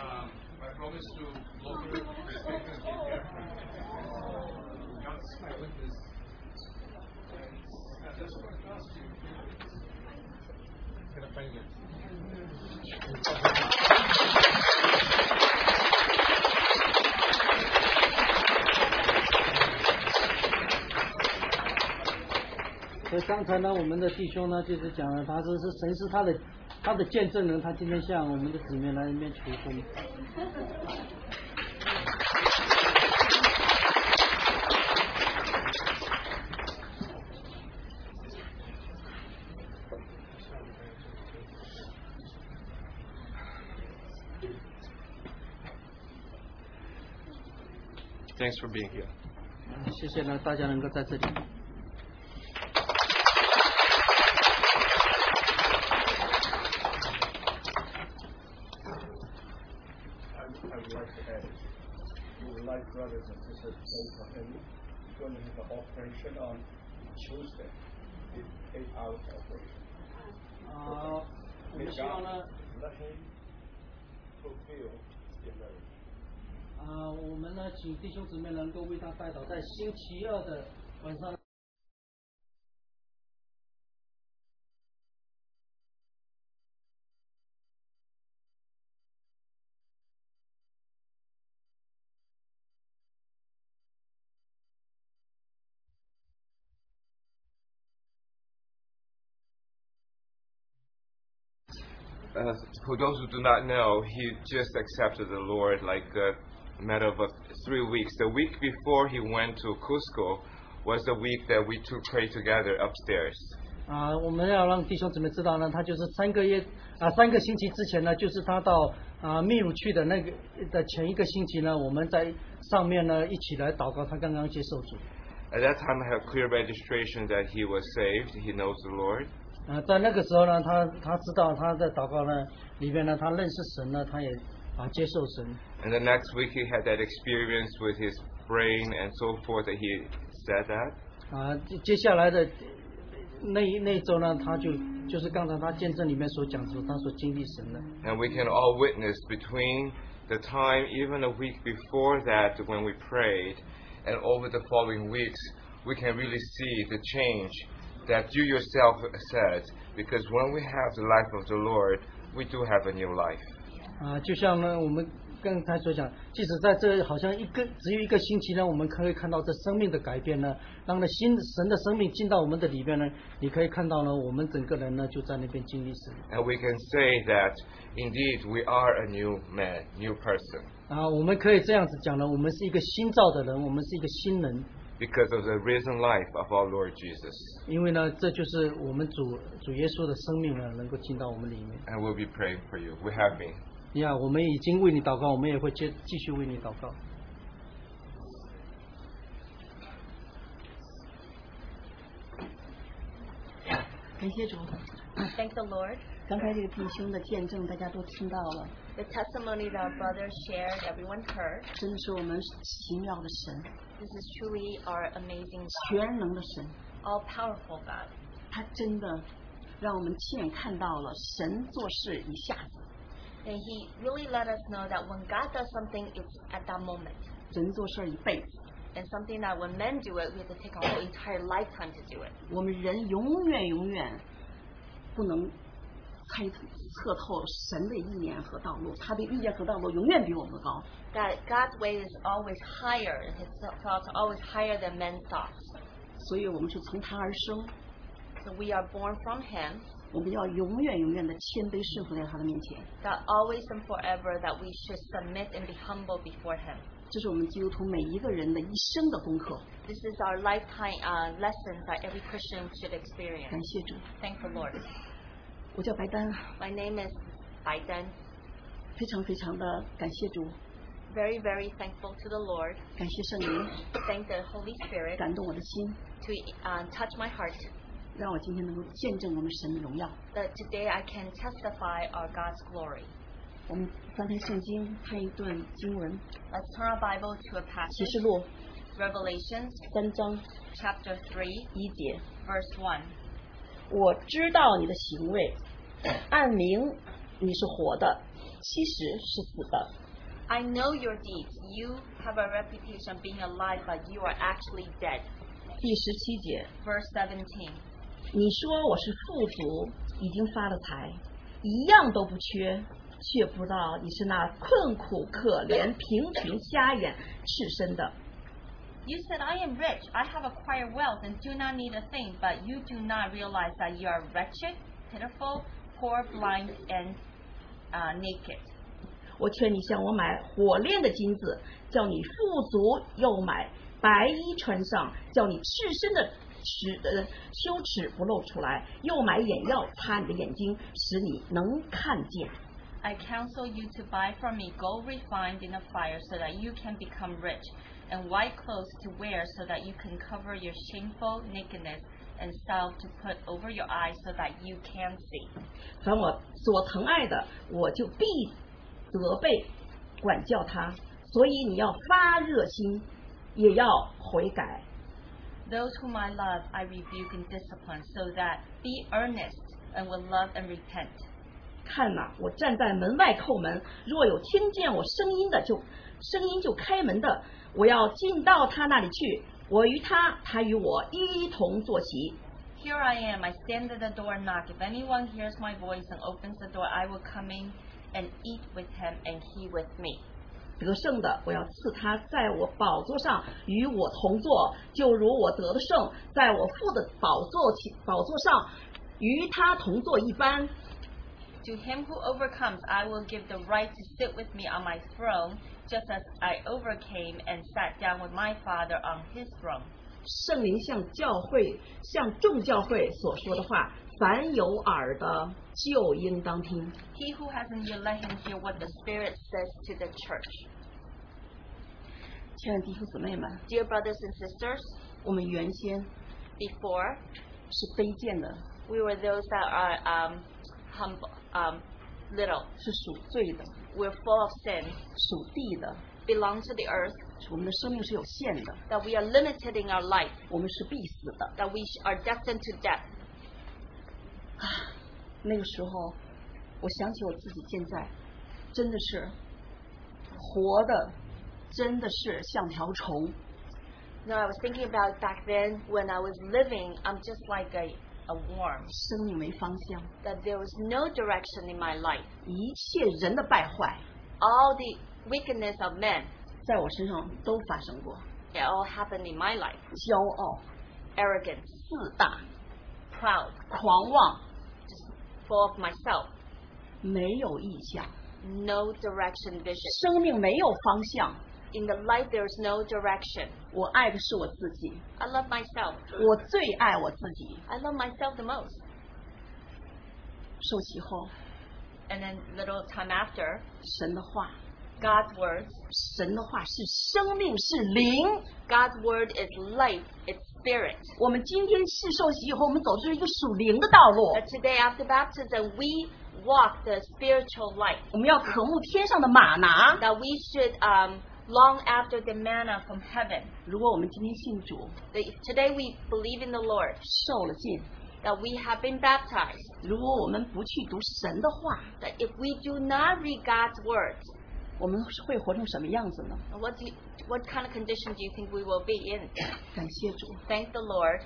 Speaker 2: um, I promise to love you, respect you, and take care of you. God's my witness. I just want to ask you. Gonna find it.
Speaker 1: So, 所以刚才呢，我们的弟兄呢，就是讲了，他说是神是他的他的见证人，他今天向我们的姊妹来一面求婚。
Speaker 2: Thanks for being here.
Speaker 1: 嗯谢谢呢，大家能够在这里。
Speaker 4: I would I would like to add, we would like brothers and sisters to pray for him. He's going to have an operation on Tuesday, eight- eight hours operation.
Speaker 1: 啊，我们希望呢，
Speaker 4: let him fulfill the marriage.
Speaker 1: 啊，我们呢，请弟兄姊妹能够为他代祷，在星期二的晚上。
Speaker 2: Uh, for those who do not know, he just accepted the Lord like a matter of uh, three weeks. The week before he went to Cusco was the week that we two prayed together upstairs.
Speaker 1: 啊，我们要让弟兄姊妹知道呢，他就是三个月啊，三个星期之前呢，就是他到啊秘鲁去的那个的前一个星期呢，我们在上面呢一起来祷告，他刚刚接受主。
Speaker 2: At that time, I had clear registration that he was saved. He knows the Lord.
Speaker 1: 啊，在那个时候呢，他他知道他在祷告呢里边呢，他认识神呢，他也啊接受神。
Speaker 2: And the next week, he had that experience with his brain and so forth that he said that.
Speaker 1: 啊，接接下来的那一那一周呢，他就就是刚才他见证里面所讲述他所经历神的。
Speaker 2: And we can all witness between the time, even a week before that, when we prayed, and over the following weeks, we can really see the change that you yourself said. Because when we have the life of the Lord, we do have a new life.
Speaker 1: 啊，就像呢，我们刚才所讲，即使在这好像一个只有一个星期呢，我们可以看到这生命的改变呢。当呢新神的生命进到我们的里边呢，你可以看到呢，我们整个人呢就在那边经历神。
Speaker 2: And we can say that indeed we are a new man, new person,
Speaker 1: 啊，我们可以这样子讲呢，我们是一个新造的人，我们是一个新人，
Speaker 2: because of the risen life of our Lord Jesus.
Speaker 1: 因为呢，这就是我们主主耶稣的生命呢，能够进到我们里面。
Speaker 2: And we'll be praying for you. We have been.
Speaker 1: 呀、我们已经为你祷告，我们也会接继续为你祷告。
Speaker 5: 感谢主，
Speaker 6: Thank the Lord.
Speaker 5: 刚才这个弟兄的见证大家都听到了，
Speaker 6: The testimony that our brother shared, everyone heard.
Speaker 5: 真的是我们奇妙的神，
Speaker 6: This is truly our amazing,
Speaker 5: 全能的神，
Speaker 6: all powerful God.
Speaker 5: 他真的让我们亲眼看到了神做事一下子，
Speaker 6: And He really let us know that when God does something, it's at that moment.
Speaker 5: 人做事一辈子，
Speaker 6: And something that when men do it, we have to take our whole entire lifetime to do it.
Speaker 5: 我们人永远永远不能猜测透神的意念和道路，他的意念和道路永远比我们高。
Speaker 6: That God's way is always higher, and His thoughts are always higher than men's thoughts.
Speaker 5: 所以我们是从他而生，
Speaker 6: So we are born from Him.
Speaker 5: 我们要永远永远的谦卑顺服在他的面前，
Speaker 6: That always and forever that we should submit and be humble before Him.
Speaker 5: 这是我们基督徒每一个人的一生的功课。
Speaker 6: This is our lifetime uh, lessons that every Christian should experience.
Speaker 5: 感谢主，
Speaker 6: Thank the Lord.
Speaker 5: 我叫白丹，
Speaker 6: My name is Bai Dan.
Speaker 5: 非常非常的感谢主，
Speaker 6: Very, very thankful to the Lord.
Speaker 5: 感谢圣灵
Speaker 6: Thank the Holy Spirit
Speaker 5: 感动我的心，
Speaker 6: to uh, touch my heart
Speaker 5: 让我今天能够见证我们神的荣耀。
Speaker 6: that today I can testify of God's glory.
Speaker 5: 我们翻开圣经看一段经文，《
Speaker 6: Let's turn our Bible to a
Speaker 5: 启示
Speaker 6: passage,
Speaker 5: 录》
Speaker 6: Revelations
Speaker 5: 三章
Speaker 6: chapter 3,
Speaker 5: 一节
Speaker 6: verse 1.：“
Speaker 5: 我知道你的行为，按名你是活的，其实是死的。
Speaker 6: I know your deeds. You have a reputation of being alive, but you are actually dead. ”
Speaker 5: 第十七节：“
Speaker 6: Verse 17.
Speaker 5: 你说我是富足，已经发了财，一样都不缺，却不知道你是那困苦、可怜、贫穷、瞎眼、赤身的。
Speaker 6: You said, I am rich, I have acquired wealth, and do not need a thing, but you do not realize that you are wretched, pitiful, poor, blind, and uh, naked.
Speaker 5: 我劝你向我买火炼的金子，叫你富足；又买白衣穿上，叫你赤身的耻呃羞耻不露出来；又买眼药擦你的眼睛，使你能看见。
Speaker 6: I counsel you to buy from me gold refined in the fire so that you can become rich, and white clothes to wear so that you can cover your shameful nakedness, and salve to put over your eyes so that you can see.
Speaker 5: 凡我所疼爱的，我就必责备、管教他。所以你要发热心，也要悔改。
Speaker 6: Those whom I love, I rebuke and discipline, so that be earnest and will love and repent.
Speaker 5: 看呐、我站在门外叩门，若有听见我声音的就声音就开门的，我要进到他那里去，我与他，他与我一同坐席。
Speaker 6: Here I am, I stand at the door and knock. If anyone hears my voice and opens the door, I will come in and eat with him and he with me.
Speaker 5: 得胜的，我要赐他在我宝座上与我同坐，就如我得了胜，在我父的宝座起宝座上与他同坐一般。
Speaker 6: To him who overcomes, I will give the right to sit with me on my throne, just as I overcame and sat down with my Father on his throne.
Speaker 5: 圣灵向教会、向众教会所说的话，凡有耳的就应当听。
Speaker 6: He who hasn't yet, let him hear what the Spirit says to the church.
Speaker 5: 亲爱的弟兄姊妹们，
Speaker 6: Dear brothers and sisters,
Speaker 5: 我们原先
Speaker 6: before
Speaker 5: 是卑贱的，
Speaker 6: we were those that are um, humble, um, little.
Speaker 5: 是属罪的、
Speaker 6: We're full of sin,
Speaker 5: 属地的，
Speaker 6: belong to the earth,
Speaker 5: 我们的生命是有限的，
Speaker 6: that we are limited in our life,
Speaker 5: 我们是必死的。
Speaker 6: that we sh- are destined to death.
Speaker 5: 那个时候，我想起我自己现在，真的是活的，真的是像条虫，
Speaker 6: No, I was thinking about back then when I was living, I'm just like a, a worm,
Speaker 5: 生命没方向，
Speaker 6: that there was no direction in my life.
Speaker 5: 一切人的败坏
Speaker 6: All the wickedness of men,
Speaker 5: 在我身上都发生过，
Speaker 6: it all happened in my life.
Speaker 5: 骄傲、
Speaker 6: Arrogance,
Speaker 5: 自大、
Speaker 6: proud,
Speaker 5: 狂妄，
Speaker 6: full of myself,
Speaker 5: 没有意向，
Speaker 6: no direction vision.
Speaker 5: 生命没有方向。
Speaker 6: In the life, there is no direction.
Speaker 5: 我爱的是我自己，
Speaker 6: I love myself.
Speaker 5: 我最爱我自己。
Speaker 6: I love myself the most.
Speaker 5: 受洗后，
Speaker 6: And then little time after,
Speaker 5: 神的话，
Speaker 6: God's words.
Speaker 5: 神的话是生命，是灵。
Speaker 6: God's word is life, it's spirit.
Speaker 5: 我们今天是受洗以后，我们走的是一个属灵的道路。
Speaker 6: But today after baptism, we walk the spiritual life.
Speaker 5: 我们要渴慕天上的马拿。
Speaker 6: That we should um, long after the manna from heaven.
Speaker 5: 如果我们今天信主，
Speaker 6: That if today we believe in the Lord,
Speaker 5: 受了浸；
Speaker 6: that we have been baptized.
Speaker 5: 如果我们不去读神的话，
Speaker 6: That if we do not read God's word,
Speaker 5: 我们会活成什么样子呢？
Speaker 6: what, do you, what kind of condition do you think we will be in?
Speaker 5: 感谢主，
Speaker 6: Thank the Lord.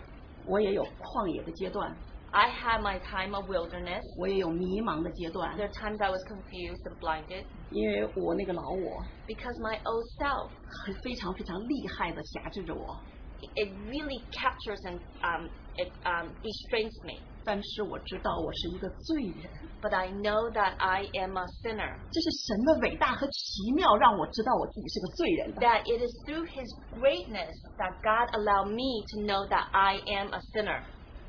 Speaker 5: 我也有旷野的阶段，
Speaker 6: I had my time of wilderness.
Speaker 5: 我也有迷茫的阶段
Speaker 6: There，are times I was confused and blinded
Speaker 5: 因为我那个老我
Speaker 6: because my old self
Speaker 5: 很非常非常厉害的辖制着我，
Speaker 6: it really captures and um, it um, restrains me.
Speaker 5: 但是我知道我是一个罪人，
Speaker 6: But I know that I am a sinner.
Speaker 5: 这是神的伟大和奇妙，让我知道我自己是个罪人的。
Speaker 6: That it is through His greatness that God allowed me to know that I am a sinner.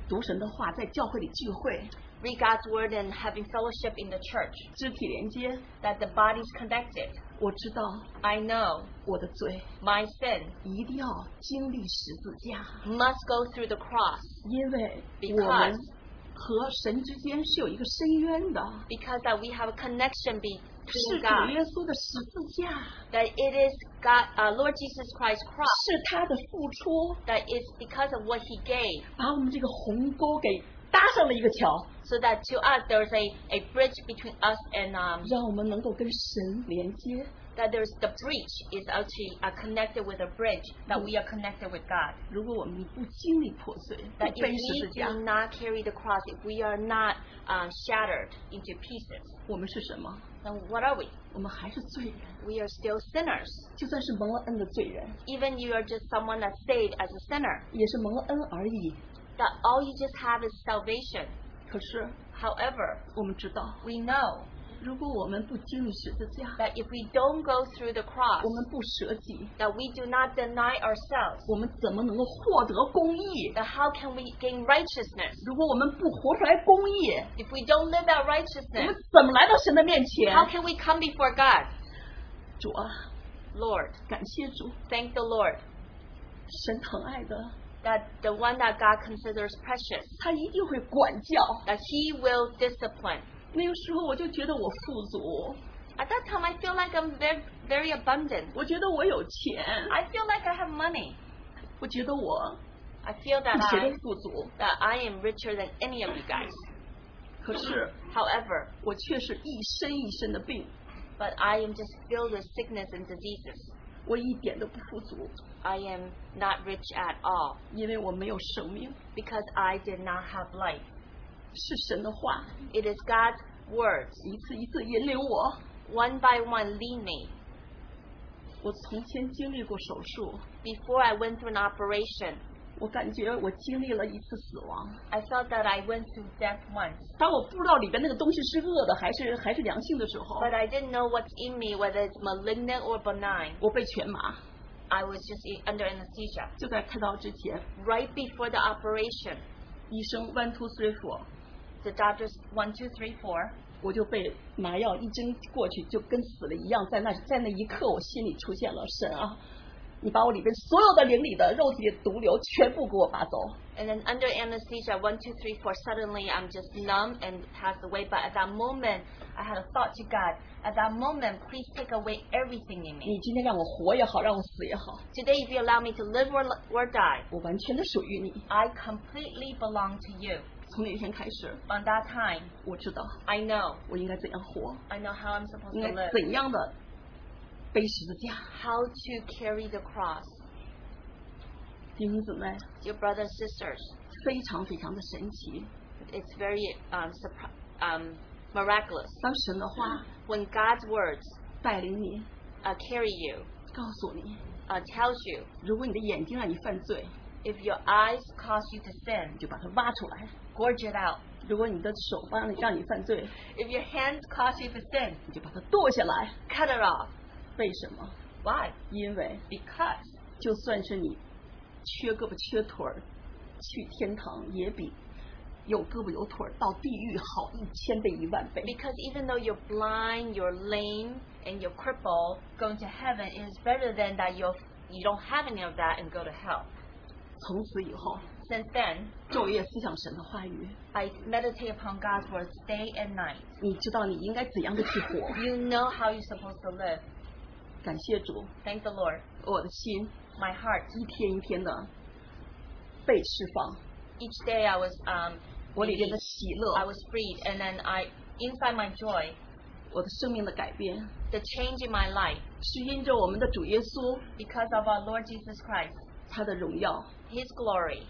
Speaker 5: 读神的话，在教会里聚会，
Speaker 6: Read God's word and having fellowship in the church.
Speaker 5: 肢体连接，
Speaker 6: That the body's connected.
Speaker 5: 我知道
Speaker 6: I know
Speaker 5: 我的罪
Speaker 6: my sin
Speaker 5: 一定要经历十字架，
Speaker 6: must go through the cross
Speaker 5: 因为我
Speaker 6: Because-
Speaker 5: 们和神之间是有一个深渊的，
Speaker 6: because that we have a connection between
Speaker 5: 是主
Speaker 6: God.
Speaker 5: 耶稣的十字架，
Speaker 6: That it is God, uh, Lord Jesus Christ's cross.
Speaker 5: 是他的付出
Speaker 6: That it's because of what He gave
Speaker 5: 把我们这个鸿沟给搭上了一个桥，
Speaker 6: so that to us there's a, a bridge between us and um,
Speaker 5: 让我们能够跟神连接。
Speaker 6: that there's the breach is actually uh, connected with a bridge that we are connected with God.
Speaker 5: 如果我们不经历破碎，不
Speaker 6: That if
Speaker 5: 背十
Speaker 6: we
Speaker 5: 字架，
Speaker 6: do not carry the cross, if we are not uh, shattered into pieces,
Speaker 5: 我们是什么？
Speaker 6: then what are we?
Speaker 5: 我们还是罪人，
Speaker 6: We are still sinners.
Speaker 5: 就算是蒙了恩的罪人，
Speaker 6: Even you are just someone that's saved as a sinner.
Speaker 5: 也是蒙了恩而已。
Speaker 6: That all you just have is salvation.
Speaker 5: 可是
Speaker 6: However,
Speaker 5: 我们知道，
Speaker 6: we know
Speaker 5: 如果我们不经历十字架，
Speaker 6: that if we don't go through the cross,
Speaker 5: 我们不舍己，
Speaker 6: that we do not deny ourselves,
Speaker 5: 我们怎么能够获得公义？
Speaker 6: that how can we gain righteousness?
Speaker 5: 如果我们不活出来公义，
Speaker 6: If we don't live out
Speaker 5: 我们
Speaker 6: righteousness,
Speaker 5: 怎么来到神的面前？
Speaker 6: how can we come before God?
Speaker 5: 主啊，
Speaker 6: Lord,
Speaker 5: 感谢主，
Speaker 6: thank the Lord
Speaker 5: 神疼爱的，
Speaker 6: that the one that God considers precious,
Speaker 5: 他一定会管教。
Speaker 6: that He will discipline.
Speaker 5: 那个时候我就觉得我富足，
Speaker 6: At that time, I feel like I'm very, very abundant.
Speaker 5: 我觉得我有钱，
Speaker 6: I feel like I have money.
Speaker 5: 我觉得我
Speaker 6: I feel that
Speaker 5: 比谁
Speaker 6: I
Speaker 5: 都富足。
Speaker 6: that I am richer than any of you guys.
Speaker 5: 可是，however，我却是一身一身的病，
Speaker 6: But I am just filled with sickness and diseases.
Speaker 5: 我一点都不富足，
Speaker 6: I am not rich at all
Speaker 5: 因为我没有生命。
Speaker 6: because I did not have life.
Speaker 5: 是神的话，
Speaker 6: It is God's words,
Speaker 5: 一次一次引领我。
Speaker 6: one by one, lead me.
Speaker 5: 我从前经历过手术，
Speaker 6: Before I went through an operation,
Speaker 5: 我感觉我经历了一次死亡。
Speaker 6: I felt that I went through death once,
Speaker 5: 当我不知道里边那个东西是恶的还是还是良性的时候，
Speaker 6: but I didn't know what's in me, whether it's malignant or benign.
Speaker 5: 我被全麻。
Speaker 6: I was just i- under anesthesia.
Speaker 5: 就在开刀之前，
Speaker 6: Right before the operation,
Speaker 5: 医生 one two three four，
Speaker 6: the doctors one, two, three, four.
Speaker 5: 我就被麻药一针过去，就跟死了一样。在那在那一刻，我心里出现了神啊，你把我里边所有的灵里的肉体的毒瘤全部给我拔走。
Speaker 6: And then under anesthesia, one, two, three, four, suddenly I'm just numb and passed away. But at that moment, I had a thought to God. At that moment, please take away everything in
Speaker 5: 你
Speaker 6: me.
Speaker 5: 今天让我活也好，让我死也好，
Speaker 6: Today, if you allow me to live or, or die,
Speaker 5: 我完全的属于你。
Speaker 6: I completely belong to you.
Speaker 5: 从那天开始，
Speaker 6: On that time,
Speaker 5: 我知道
Speaker 6: I know.
Speaker 5: 我应该怎样活，
Speaker 6: I know how I'm supposed
Speaker 5: 应该
Speaker 6: to live,
Speaker 5: 怎样的背十字架。
Speaker 6: how to carry the cross.
Speaker 5: 弟兄姊妹，
Speaker 6: Dear brothers and sisters,
Speaker 5: 非常非常的神奇。
Speaker 6: it's very um, surpri- um, miraculous.
Speaker 5: 当神的话
Speaker 6: When God's words
Speaker 5: 带领你，
Speaker 6: uh, carry you,
Speaker 5: 告诉你，
Speaker 6: uh, tells you,
Speaker 5: 如果你的眼睛让你犯罪，
Speaker 6: if your eyes cause you to sin,
Speaker 5: 你就把它挖出来；
Speaker 6: gorge it out.
Speaker 5: 如果你的手帮你让你犯罪，
Speaker 6: If your hands cause you to sin,
Speaker 5: 你就把它剁下来。
Speaker 6: cut it off.
Speaker 5: 为什么？
Speaker 6: Why?
Speaker 5: 因为
Speaker 6: Because
Speaker 5: 就算是你缺胳膊缺腿儿，去天堂也比有胳膊有腿儿到地狱好一千倍一万倍。
Speaker 6: because even though you're blind, you're lame, and you're crippled, going to heaven is better than that you're you don't have any of that and go to hell.
Speaker 5: 从此以后，
Speaker 6: Since then,
Speaker 5: 昼夜思想神的话语，
Speaker 6: I meditate upon God's words day and night.
Speaker 5: 你知道你应该怎样的去活。
Speaker 6: You know how you're supposed to live.
Speaker 5: 感谢主，
Speaker 6: Thank the Lord.
Speaker 5: 我的心
Speaker 6: My heart.
Speaker 5: 一天一天的被释放，
Speaker 6: Each day I was um
Speaker 5: 我里边的
Speaker 6: released.
Speaker 5: 喜乐
Speaker 6: I，was freed, and then I inside my joy,
Speaker 5: 我的生命的改变，
Speaker 6: the change in my life
Speaker 5: 是因着我们的主耶稣
Speaker 6: because of our Lord Jesus Christ,
Speaker 5: 他的荣耀，
Speaker 6: His glory.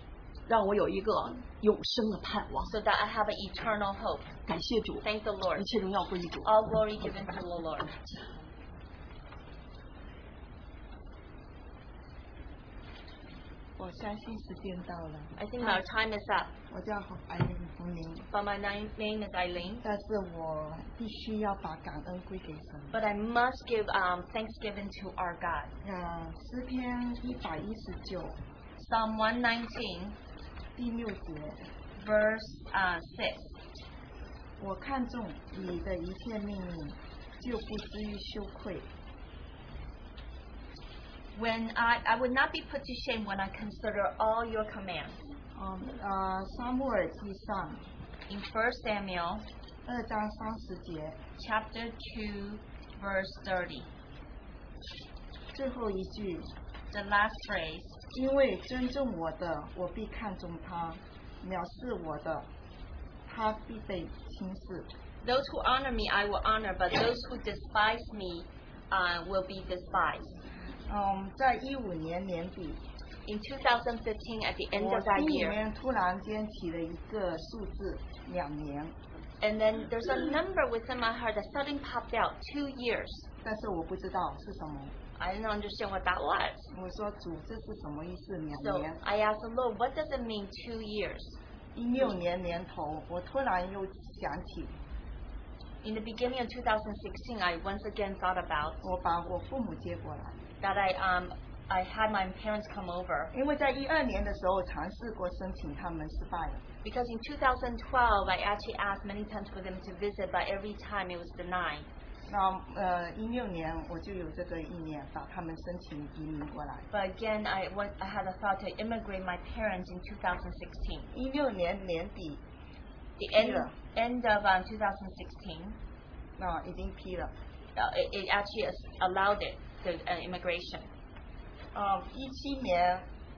Speaker 5: 让我有一个永生的盼望。
Speaker 6: so that I have an eternal hope.
Speaker 5: 感谢主，一
Speaker 6: Thank the Lord.
Speaker 5: 切荣耀归于主。
Speaker 6: All glory given to the Lord. I think our time is
Speaker 7: 哎
Speaker 6: up.
Speaker 7: 我叫艾琳冯宁，
Speaker 6: But my name, name is Eileen.
Speaker 7: 但是我必须要把感恩归给神。
Speaker 6: But I must give um, thanksgiving to our God.
Speaker 7: 呃，诗篇一百一十九
Speaker 6: Psalm 119,
Speaker 7: 第六节，
Speaker 6: verse uh, 6.
Speaker 7: 我看重你的一切命令，就不至于羞愧。
Speaker 6: When I, I would not be put to shame when I consider all your commands.
Speaker 7: 嗯，呃，撒母耳记上
Speaker 6: In 1 Samuel
Speaker 7: 二章三十节
Speaker 6: chapter 2, verse 30,
Speaker 7: 最后一句，
Speaker 6: the last phrase,
Speaker 7: 因为尊重我的，我必看重他；藐视我的，他必被轻视。
Speaker 6: Those who honor me, I will honor, but those who despise me uh, will be despised.
Speaker 7: 嗯，在一五年年底，
Speaker 6: In 2015, at the end
Speaker 7: 我
Speaker 6: of that
Speaker 7: 心里
Speaker 6: year,
Speaker 7: 面突然间起了一个数字，两年，
Speaker 6: and then there's a number within my heart that suddenly popped out two years.
Speaker 7: 但是我不知道是什么。
Speaker 6: I didn't understand what that was.
Speaker 7: 我说主，这是什么意思？两
Speaker 6: So
Speaker 7: 年，
Speaker 6: I asked the Lord, what does it mean two years?
Speaker 7: 一六年年头，我突然又想起，
Speaker 6: In the beginning of 2016, I once again thought about
Speaker 7: 我把我父母接过来，
Speaker 6: that I, um, I had my parents come over
Speaker 7: 因为在一二年的时候尝试过申请，他们失败了。
Speaker 6: because in 2012, I actually asked many times for them to visit, but every time it was denied.
Speaker 7: 那呃，一六年我就有这个意念，把他们申请移民过来。
Speaker 6: But again, I, was, I had a thought to immigrate my parents in 2016.
Speaker 7: 一六年年底，
Speaker 6: The end,
Speaker 7: Yeah.
Speaker 6: end of um, 2016,
Speaker 7: 那、已经批了。
Speaker 6: uh, it, it actually as- allowed it, the uh, immigration.
Speaker 7: 呃，一七年，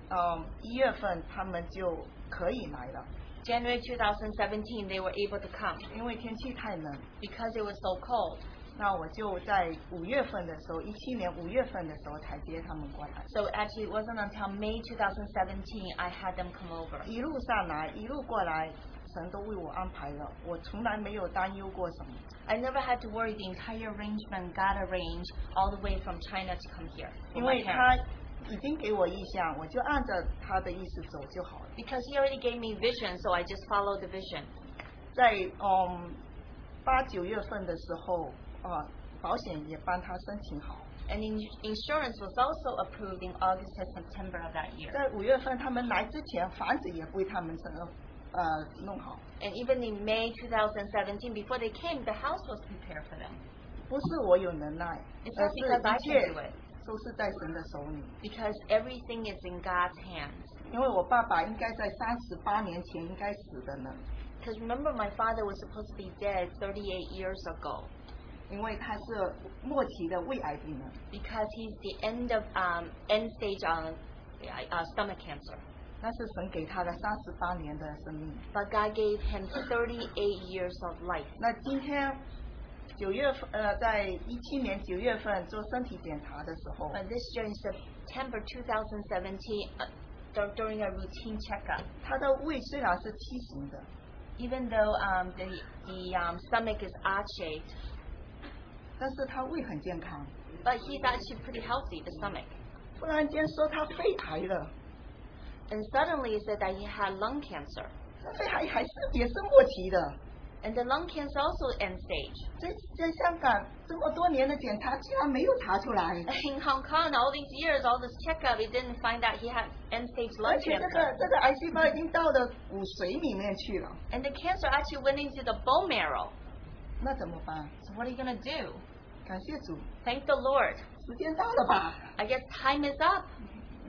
Speaker 7: 呃，一月份他们就可以来了。
Speaker 6: January 2017, they were able to come
Speaker 5: 因为天气太冷。
Speaker 6: because it was so cold.
Speaker 5: 那我就在五月份的时候，一七年五月份的时候才接他们过来，
Speaker 6: So actually, it wasn't until May 2017 I had them come over.
Speaker 5: 一路上来，一路过来，神都为我安排了，我从来没有担忧过什么。
Speaker 6: I never had to worry. The entire arrangement got arranged all the way from China to come here. for
Speaker 5: 因
Speaker 6: my
Speaker 5: 为
Speaker 6: parents.
Speaker 5: 他已经给我意向，我就按照他的意思走就好了。
Speaker 6: Because he already gave me vision, so I just followed the vision.
Speaker 5: 在嗯八九月份的时候，啊，保险也帮他申请好。
Speaker 6: And in, insurance was also approved in August and September of that year.
Speaker 5: 在五月份他们来之前，房子也为他们整个呃弄好，
Speaker 6: And even in May 2017, before they came, the house was prepared for them.
Speaker 5: 不是我有能耐，
Speaker 6: It's
Speaker 5: 而
Speaker 6: not because I
Speaker 5: 是一
Speaker 6: can
Speaker 5: 切
Speaker 6: do it,
Speaker 5: 都是在神的手里。
Speaker 6: because everything is in God's hands.
Speaker 5: 因为我爸爸应该在三十八年前应该死的呢，
Speaker 6: Because remember, my father was supposed to be dead 38 years ago,
Speaker 5: 因为他是末期的胃癌病人。
Speaker 6: because he's the end of um, end stage on uh, uh, stomach cancer.
Speaker 5: 那是神给他的三十八年的生命。
Speaker 6: But God gave him 38 years of life.
Speaker 5: 那今天九月份，呃，在一七年九月份做身体检查的时候，
Speaker 6: But this year in September 2017, uh, dur- during a routine checkup,
Speaker 5: 他的胃虽然是畸形的，
Speaker 6: even though um, the, the um, stomach is odd shaped,
Speaker 5: 但是他胃很健康。
Speaker 6: but he's actually pretty healthy, the stomach.
Speaker 5: 突然间说他肺癌了，
Speaker 6: And suddenly it said that he had lung cancer.
Speaker 5: 肺癌还是也是末期的。
Speaker 6: And the lung cancer also end stage.
Speaker 5: 在在香港这么多年的检查，居然没有查出来，
Speaker 6: In Hong Kong, all these years, all this checkup, it didn't find out he had end stage
Speaker 5: 而
Speaker 6: lung
Speaker 5: 且这个
Speaker 6: cancer.
Speaker 5: 这个癌细胞已经到了骨髓里面去了，
Speaker 6: And the cancer actually went into the bone marrow.
Speaker 5: 那怎么办？
Speaker 6: So what are you going to do?
Speaker 5: 感谢主，
Speaker 6: Thank the Lord.
Speaker 5: 时间到了吧？
Speaker 6: I guess time is up.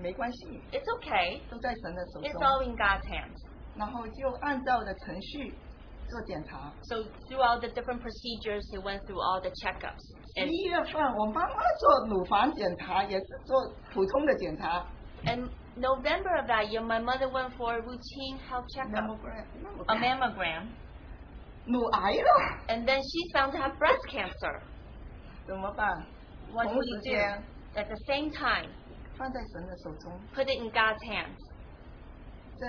Speaker 5: 没关系，
Speaker 6: It's okay.
Speaker 5: 都在神的手
Speaker 6: It's
Speaker 5: 中。
Speaker 6: all in God's hands.
Speaker 5: 然后就按照的程序做检查。
Speaker 6: So through all the different procedures, he went through all the checkups.
Speaker 5: 十
Speaker 6: And,
Speaker 5: 一月份，我妈妈做乳房检查，也是做普通的检查。
Speaker 6: and November of that year, my mother went for a routine health
Speaker 5: 那么
Speaker 6: checkup,
Speaker 5: 不然那么
Speaker 6: a mammogram.
Speaker 5: 乳癌了，
Speaker 6: And then she's found to have breast cancer.
Speaker 5: 怎么办？
Speaker 6: What
Speaker 5: Oh,
Speaker 6: will you do?
Speaker 5: yeah.
Speaker 6: At the same time,
Speaker 5: 放在神的手中。
Speaker 6: put it in God's hands.
Speaker 5: 这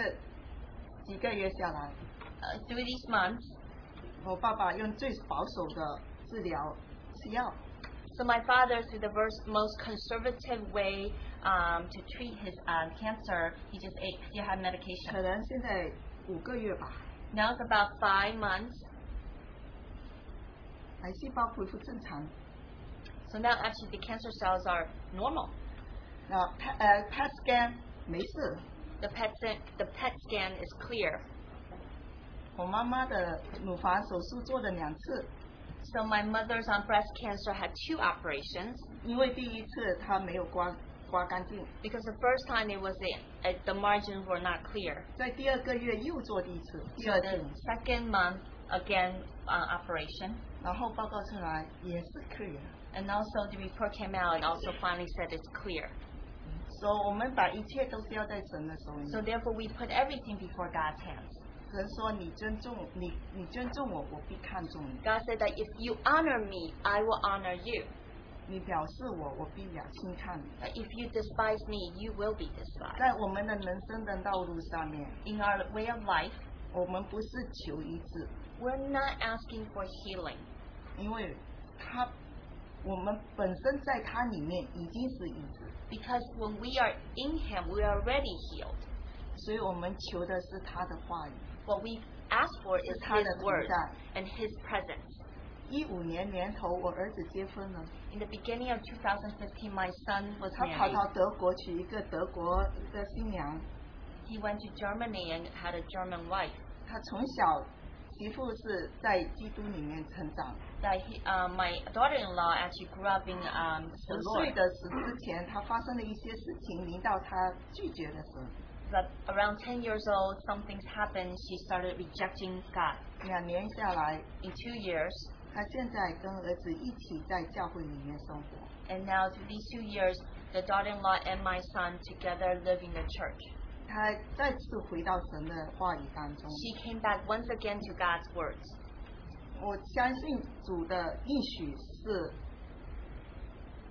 Speaker 5: 几个月下来，
Speaker 6: Uh, through these months,
Speaker 5: 我爸爸用最保守的治疗吃药，
Speaker 6: so my father, through the vers- most conservative way um, to treat his um, cancer, he just ate, he had
Speaker 5: 可
Speaker 6: medication.
Speaker 5: 能现在五个月吧，
Speaker 6: Now it's about five months,
Speaker 5: 癌细胞恢复正常。
Speaker 6: so now actually the cancer cells are normal.
Speaker 5: 那 p 呃 PET scan 没事，
Speaker 6: The PET, scan- the PET scan is clear.
Speaker 5: 我妈妈的乳房手术做了两次，
Speaker 6: So my mother's on breast cancer had two operations
Speaker 5: 因为第一次她没有刮刮干净，
Speaker 6: because the first time it was in, uh, the margins were not clear.
Speaker 5: 在第二个月又做第一次，第
Speaker 6: So
Speaker 5: 二
Speaker 6: the
Speaker 5: 次。
Speaker 6: second month again uh, operation,
Speaker 5: 然后报告出来也是 clear，
Speaker 6: and also the report came out and also finally said it's clear.
Speaker 5: 所以我们把一切都是要在神的手
Speaker 6: So
Speaker 5: 里。
Speaker 6: therefore we put everything before God's hands.
Speaker 5: 神说你尊重你，你尊重我，我必看重你；
Speaker 6: God said that if you honor me, I will honor you.
Speaker 5: 你表示我，我必表轻看你。
Speaker 6: That if you despise me, you will be despised.
Speaker 5: 在我们的人生的道路上面，
Speaker 6: In our way of life,
Speaker 5: 我们不是求医治，
Speaker 6: we're not asking for healing
Speaker 5: 因为他我们本身在他里面已经是医治，
Speaker 6: because when we are in Him, we are already healed.
Speaker 5: 所以我们求的是他的话语。
Speaker 6: What we ask for is
Speaker 5: It's
Speaker 6: His
Speaker 5: kind of
Speaker 6: word
Speaker 5: that.
Speaker 6: and His presence.
Speaker 5: 一五年年头，我儿子结婚了，
Speaker 6: In the beginning of 2015, my son was
Speaker 5: 他跑
Speaker 6: married.
Speaker 5: 到德国娶一个德国的新娘，
Speaker 6: He went to Germany and had a German wife.
Speaker 5: 他从小媳妇是在基督里面成长，
Speaker 6: That he, uh, my daughter-in-law actually grew up in um,
Speaker 5: 十
Speaker 6: the
Speaker 5: 岁
Speaker 6: Lord.
Speaker 5: 的时之前，他发生了一些事情，临到他拒绝的时候，
Speaker 6: But around 10 years old, something's happened. She started rejecting God.
Speaker 5: 两年下来，
Speaker 6: In two years,
Speaker 5: 他现在跟儿子一起在教会里面生活。
Speaker 6: and now through these two years, the daughter-in-law and my son together live in the church.
Speaker 5: 他再次回到神的话语当中。
Speaker 6: She came back once again to God's words.
Speaker 5: 我相信主的应许是，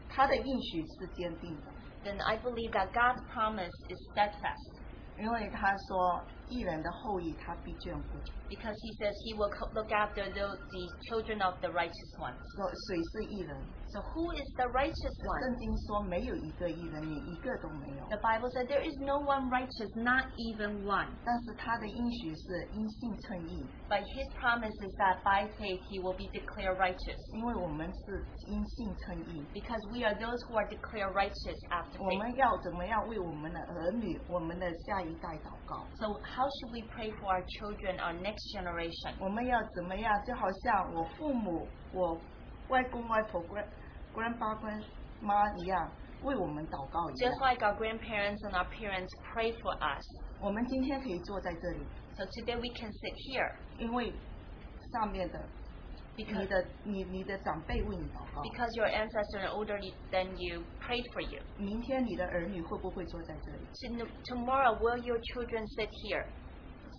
Speaker 5: 他的应许是坚定的，
Speaker 6: Then I believe that God's promise is steadfast
Speaker 5: 因为他说一人的后裔他必眷顾，
Speaker 6: because He says He will co- look after those, the children of the righteous ones.
Speaker 5: 说谁是一人？
Speaker 6: So who is the righteous
Speaker 5: 圣
Speaker 6: one?
Speaker 5: 经说没有一个一人，连一个都没有。
Speaker 6: The Bible said there is no one righteous, not even one.
Speaker 5: 但是他的应许是因信称义，
Speaker 6: But His promise is that by faith He will be declared righteous
Speaker 5: 因为我们是因信称义，
Speaker 6: because we are those who are declared righteous after
Speaker 5: 我
Speaker 6: faith.
Speaker 5: 们要怎么样为我们的儿女、我们的下一代祷告？
Speaker 6: So how should we pray for our children, our next generation?
Speaker 5: 我们要怎么样？就好像我父母、我外公外婆、grand grandpa grandma 一样，为我们祷告一
Speaker 6: Just
Speaker 5: 样。
Speaker 6: like our grandparents and our parents pray for us.
Speaker 5: 我们今天可以坐在这里，
Speaker 6: So today we can sit here
Speaker 5: 因为上面的你
Speaker 6: because
Speaker 5: 的你你的长辈为你祷告。
Speaker 6: because your ancestors are older than you prayed for you.
Speaker 5: 明天你的儿女会不会坐在这里？
Speaker 6: To- Tomorrow will your children sit here?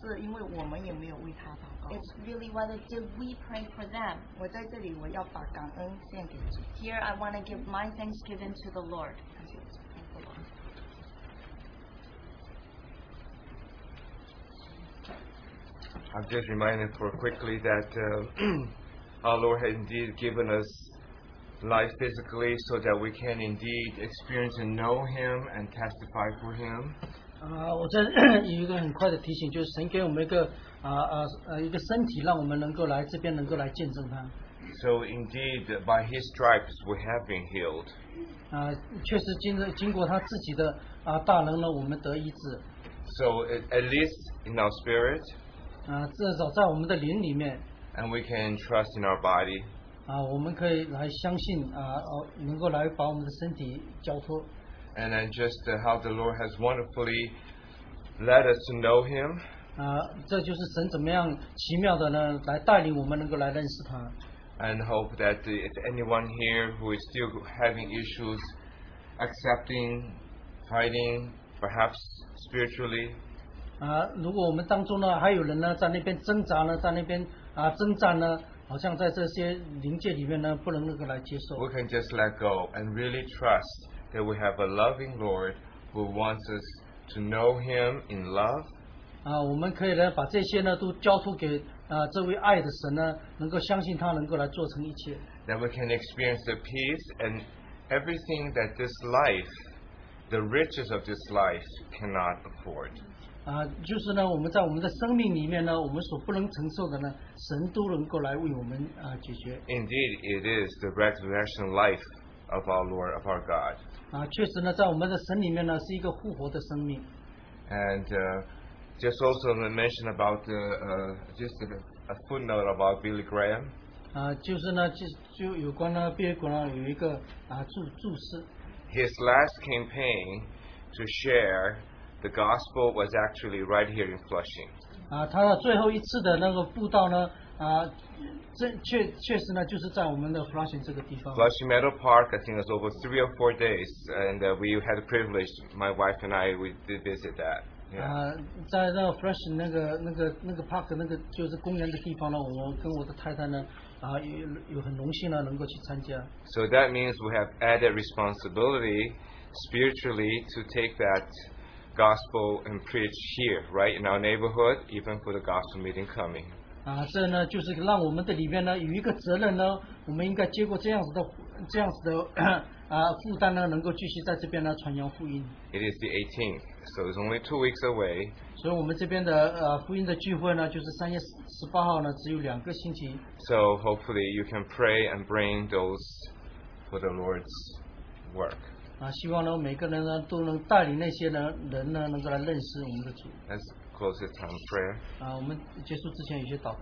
Speaker 5: 是因为我们也没有为他祷告。
Speaker 6: It's really whether did we pray for them.
Speaker 5: 我在这里，我要把感恩献给主，
Speaker 6: Here I want to give my thanksgiving to the Lord.
Speaker 5: 感谢主。
Speaker 6: Thank the Lord.
Speaker 2: I'm just reminded for quickly that uh, our Lord has indeed given us life physically so that we can indeed experience and know Him and testify for Him.
Speaker 1: 啊、我这有一个很快的提醒，就是神给我们一个啊啊呃一个身体，让我们能够来这边能够来见证他。
Speaker 2: So indeed, by His stripes we have been healed.
Speaker 1: 啊、确实经着经过他自己的啊、大能呢，我们得医治。
Speaker 2: So at- at least in our spirit,
Speaker 1: 啊、至少在我们的灵里面
Speaker 2: and we can trust in our body.
Speaker 1: 啊、我们可以来相信啊哦、能够来把我们的身体交托。
Speaker 2: And then just uh, how the Lord has wonderfully led us to know Him.
Speaker 1: 啊、这就是神怎么样奇妙的呢，来带领我们能够来认识他。
Speaker 2: and hope that uh, if anyone here who is still having issues accepting, fighting, perhaps spiritually,
Speaker 1: 啊、如果我们当中呢还有人呢在那边挣扎呢，在那边啊、征战呢，好像在这些灵界里面呢不能那个来接受。
Speaker 2: we can just let go and really trust that we have a loving Lord who wants us to know Him in love
Speaker 1: 啊，我们可以呢把这些呢都交付给啊这位爱的神呢，能够相信他能够来做成一切，
Speaker 2: that we can experience the peace and everything that this life, the riches of this life, cannot afford.
Speaker 1: 啊，就是呢我们在我们的生命里面呢，我们所不能承受的呢，神都能够来为我们啊解决
Speaker 2: Indeed, it is the resurrection life of our Lord, of our God.
Speaker 1: 啊，确实呢在我们的神里面呢是一个复活的生命
Speaker 2: And uh, just also to mention about the, uh, just a, a footnote about Billy Graham.
Speaker 1: 啊，就是呢就就有关呢毕业国呢有一个啊注注释
Speaker 2: His last campaign to share the gospel was actually right here in Flushing.
Speaker 1: 啊，他的最后一次的那个布道呢啊，这确确实呢就是在我们的 Flushing 这个地方。
Speaker 2: Flushing Meadow Park, I think it was over three or four days, and uh, we had the privilege, my wife and I, we did visit that. Yeah.
Speaker 1: 啊、在那个 Fresh 那个那个那个 park 那个就是公园的地方呢，我跟我的太太呢，啊、有有很荣幸呢能够去参加，
Speaker 2: So that means we have added responsibility spiritually to take that gospel and preach here, right, in our neighborhood, even for the gospel meeting coming.
Speaker 1: 啊、这呢就是让我们的里面呢有一个责任呢，我们应该接过这样子的这样子的啊、负担呢，能够继续在这边呢传扬福音，
Speaker 2: It is the 18th, so it's only two weeks away.
Speaker 1: 所以我们这边的呃福音的聚会呢，就是三月十八号呢只有两个星期，
Speaker 2: So hopefully you can pray and bring those for the Lord's work.
Speaker 1: 啊、希望呢每个人呢都能带领那些呢人呢能够来认识我们的主，
Speaker 2: Let's close this time of prayer.
Speaker 1: 啊、我们结束之前有些祷告。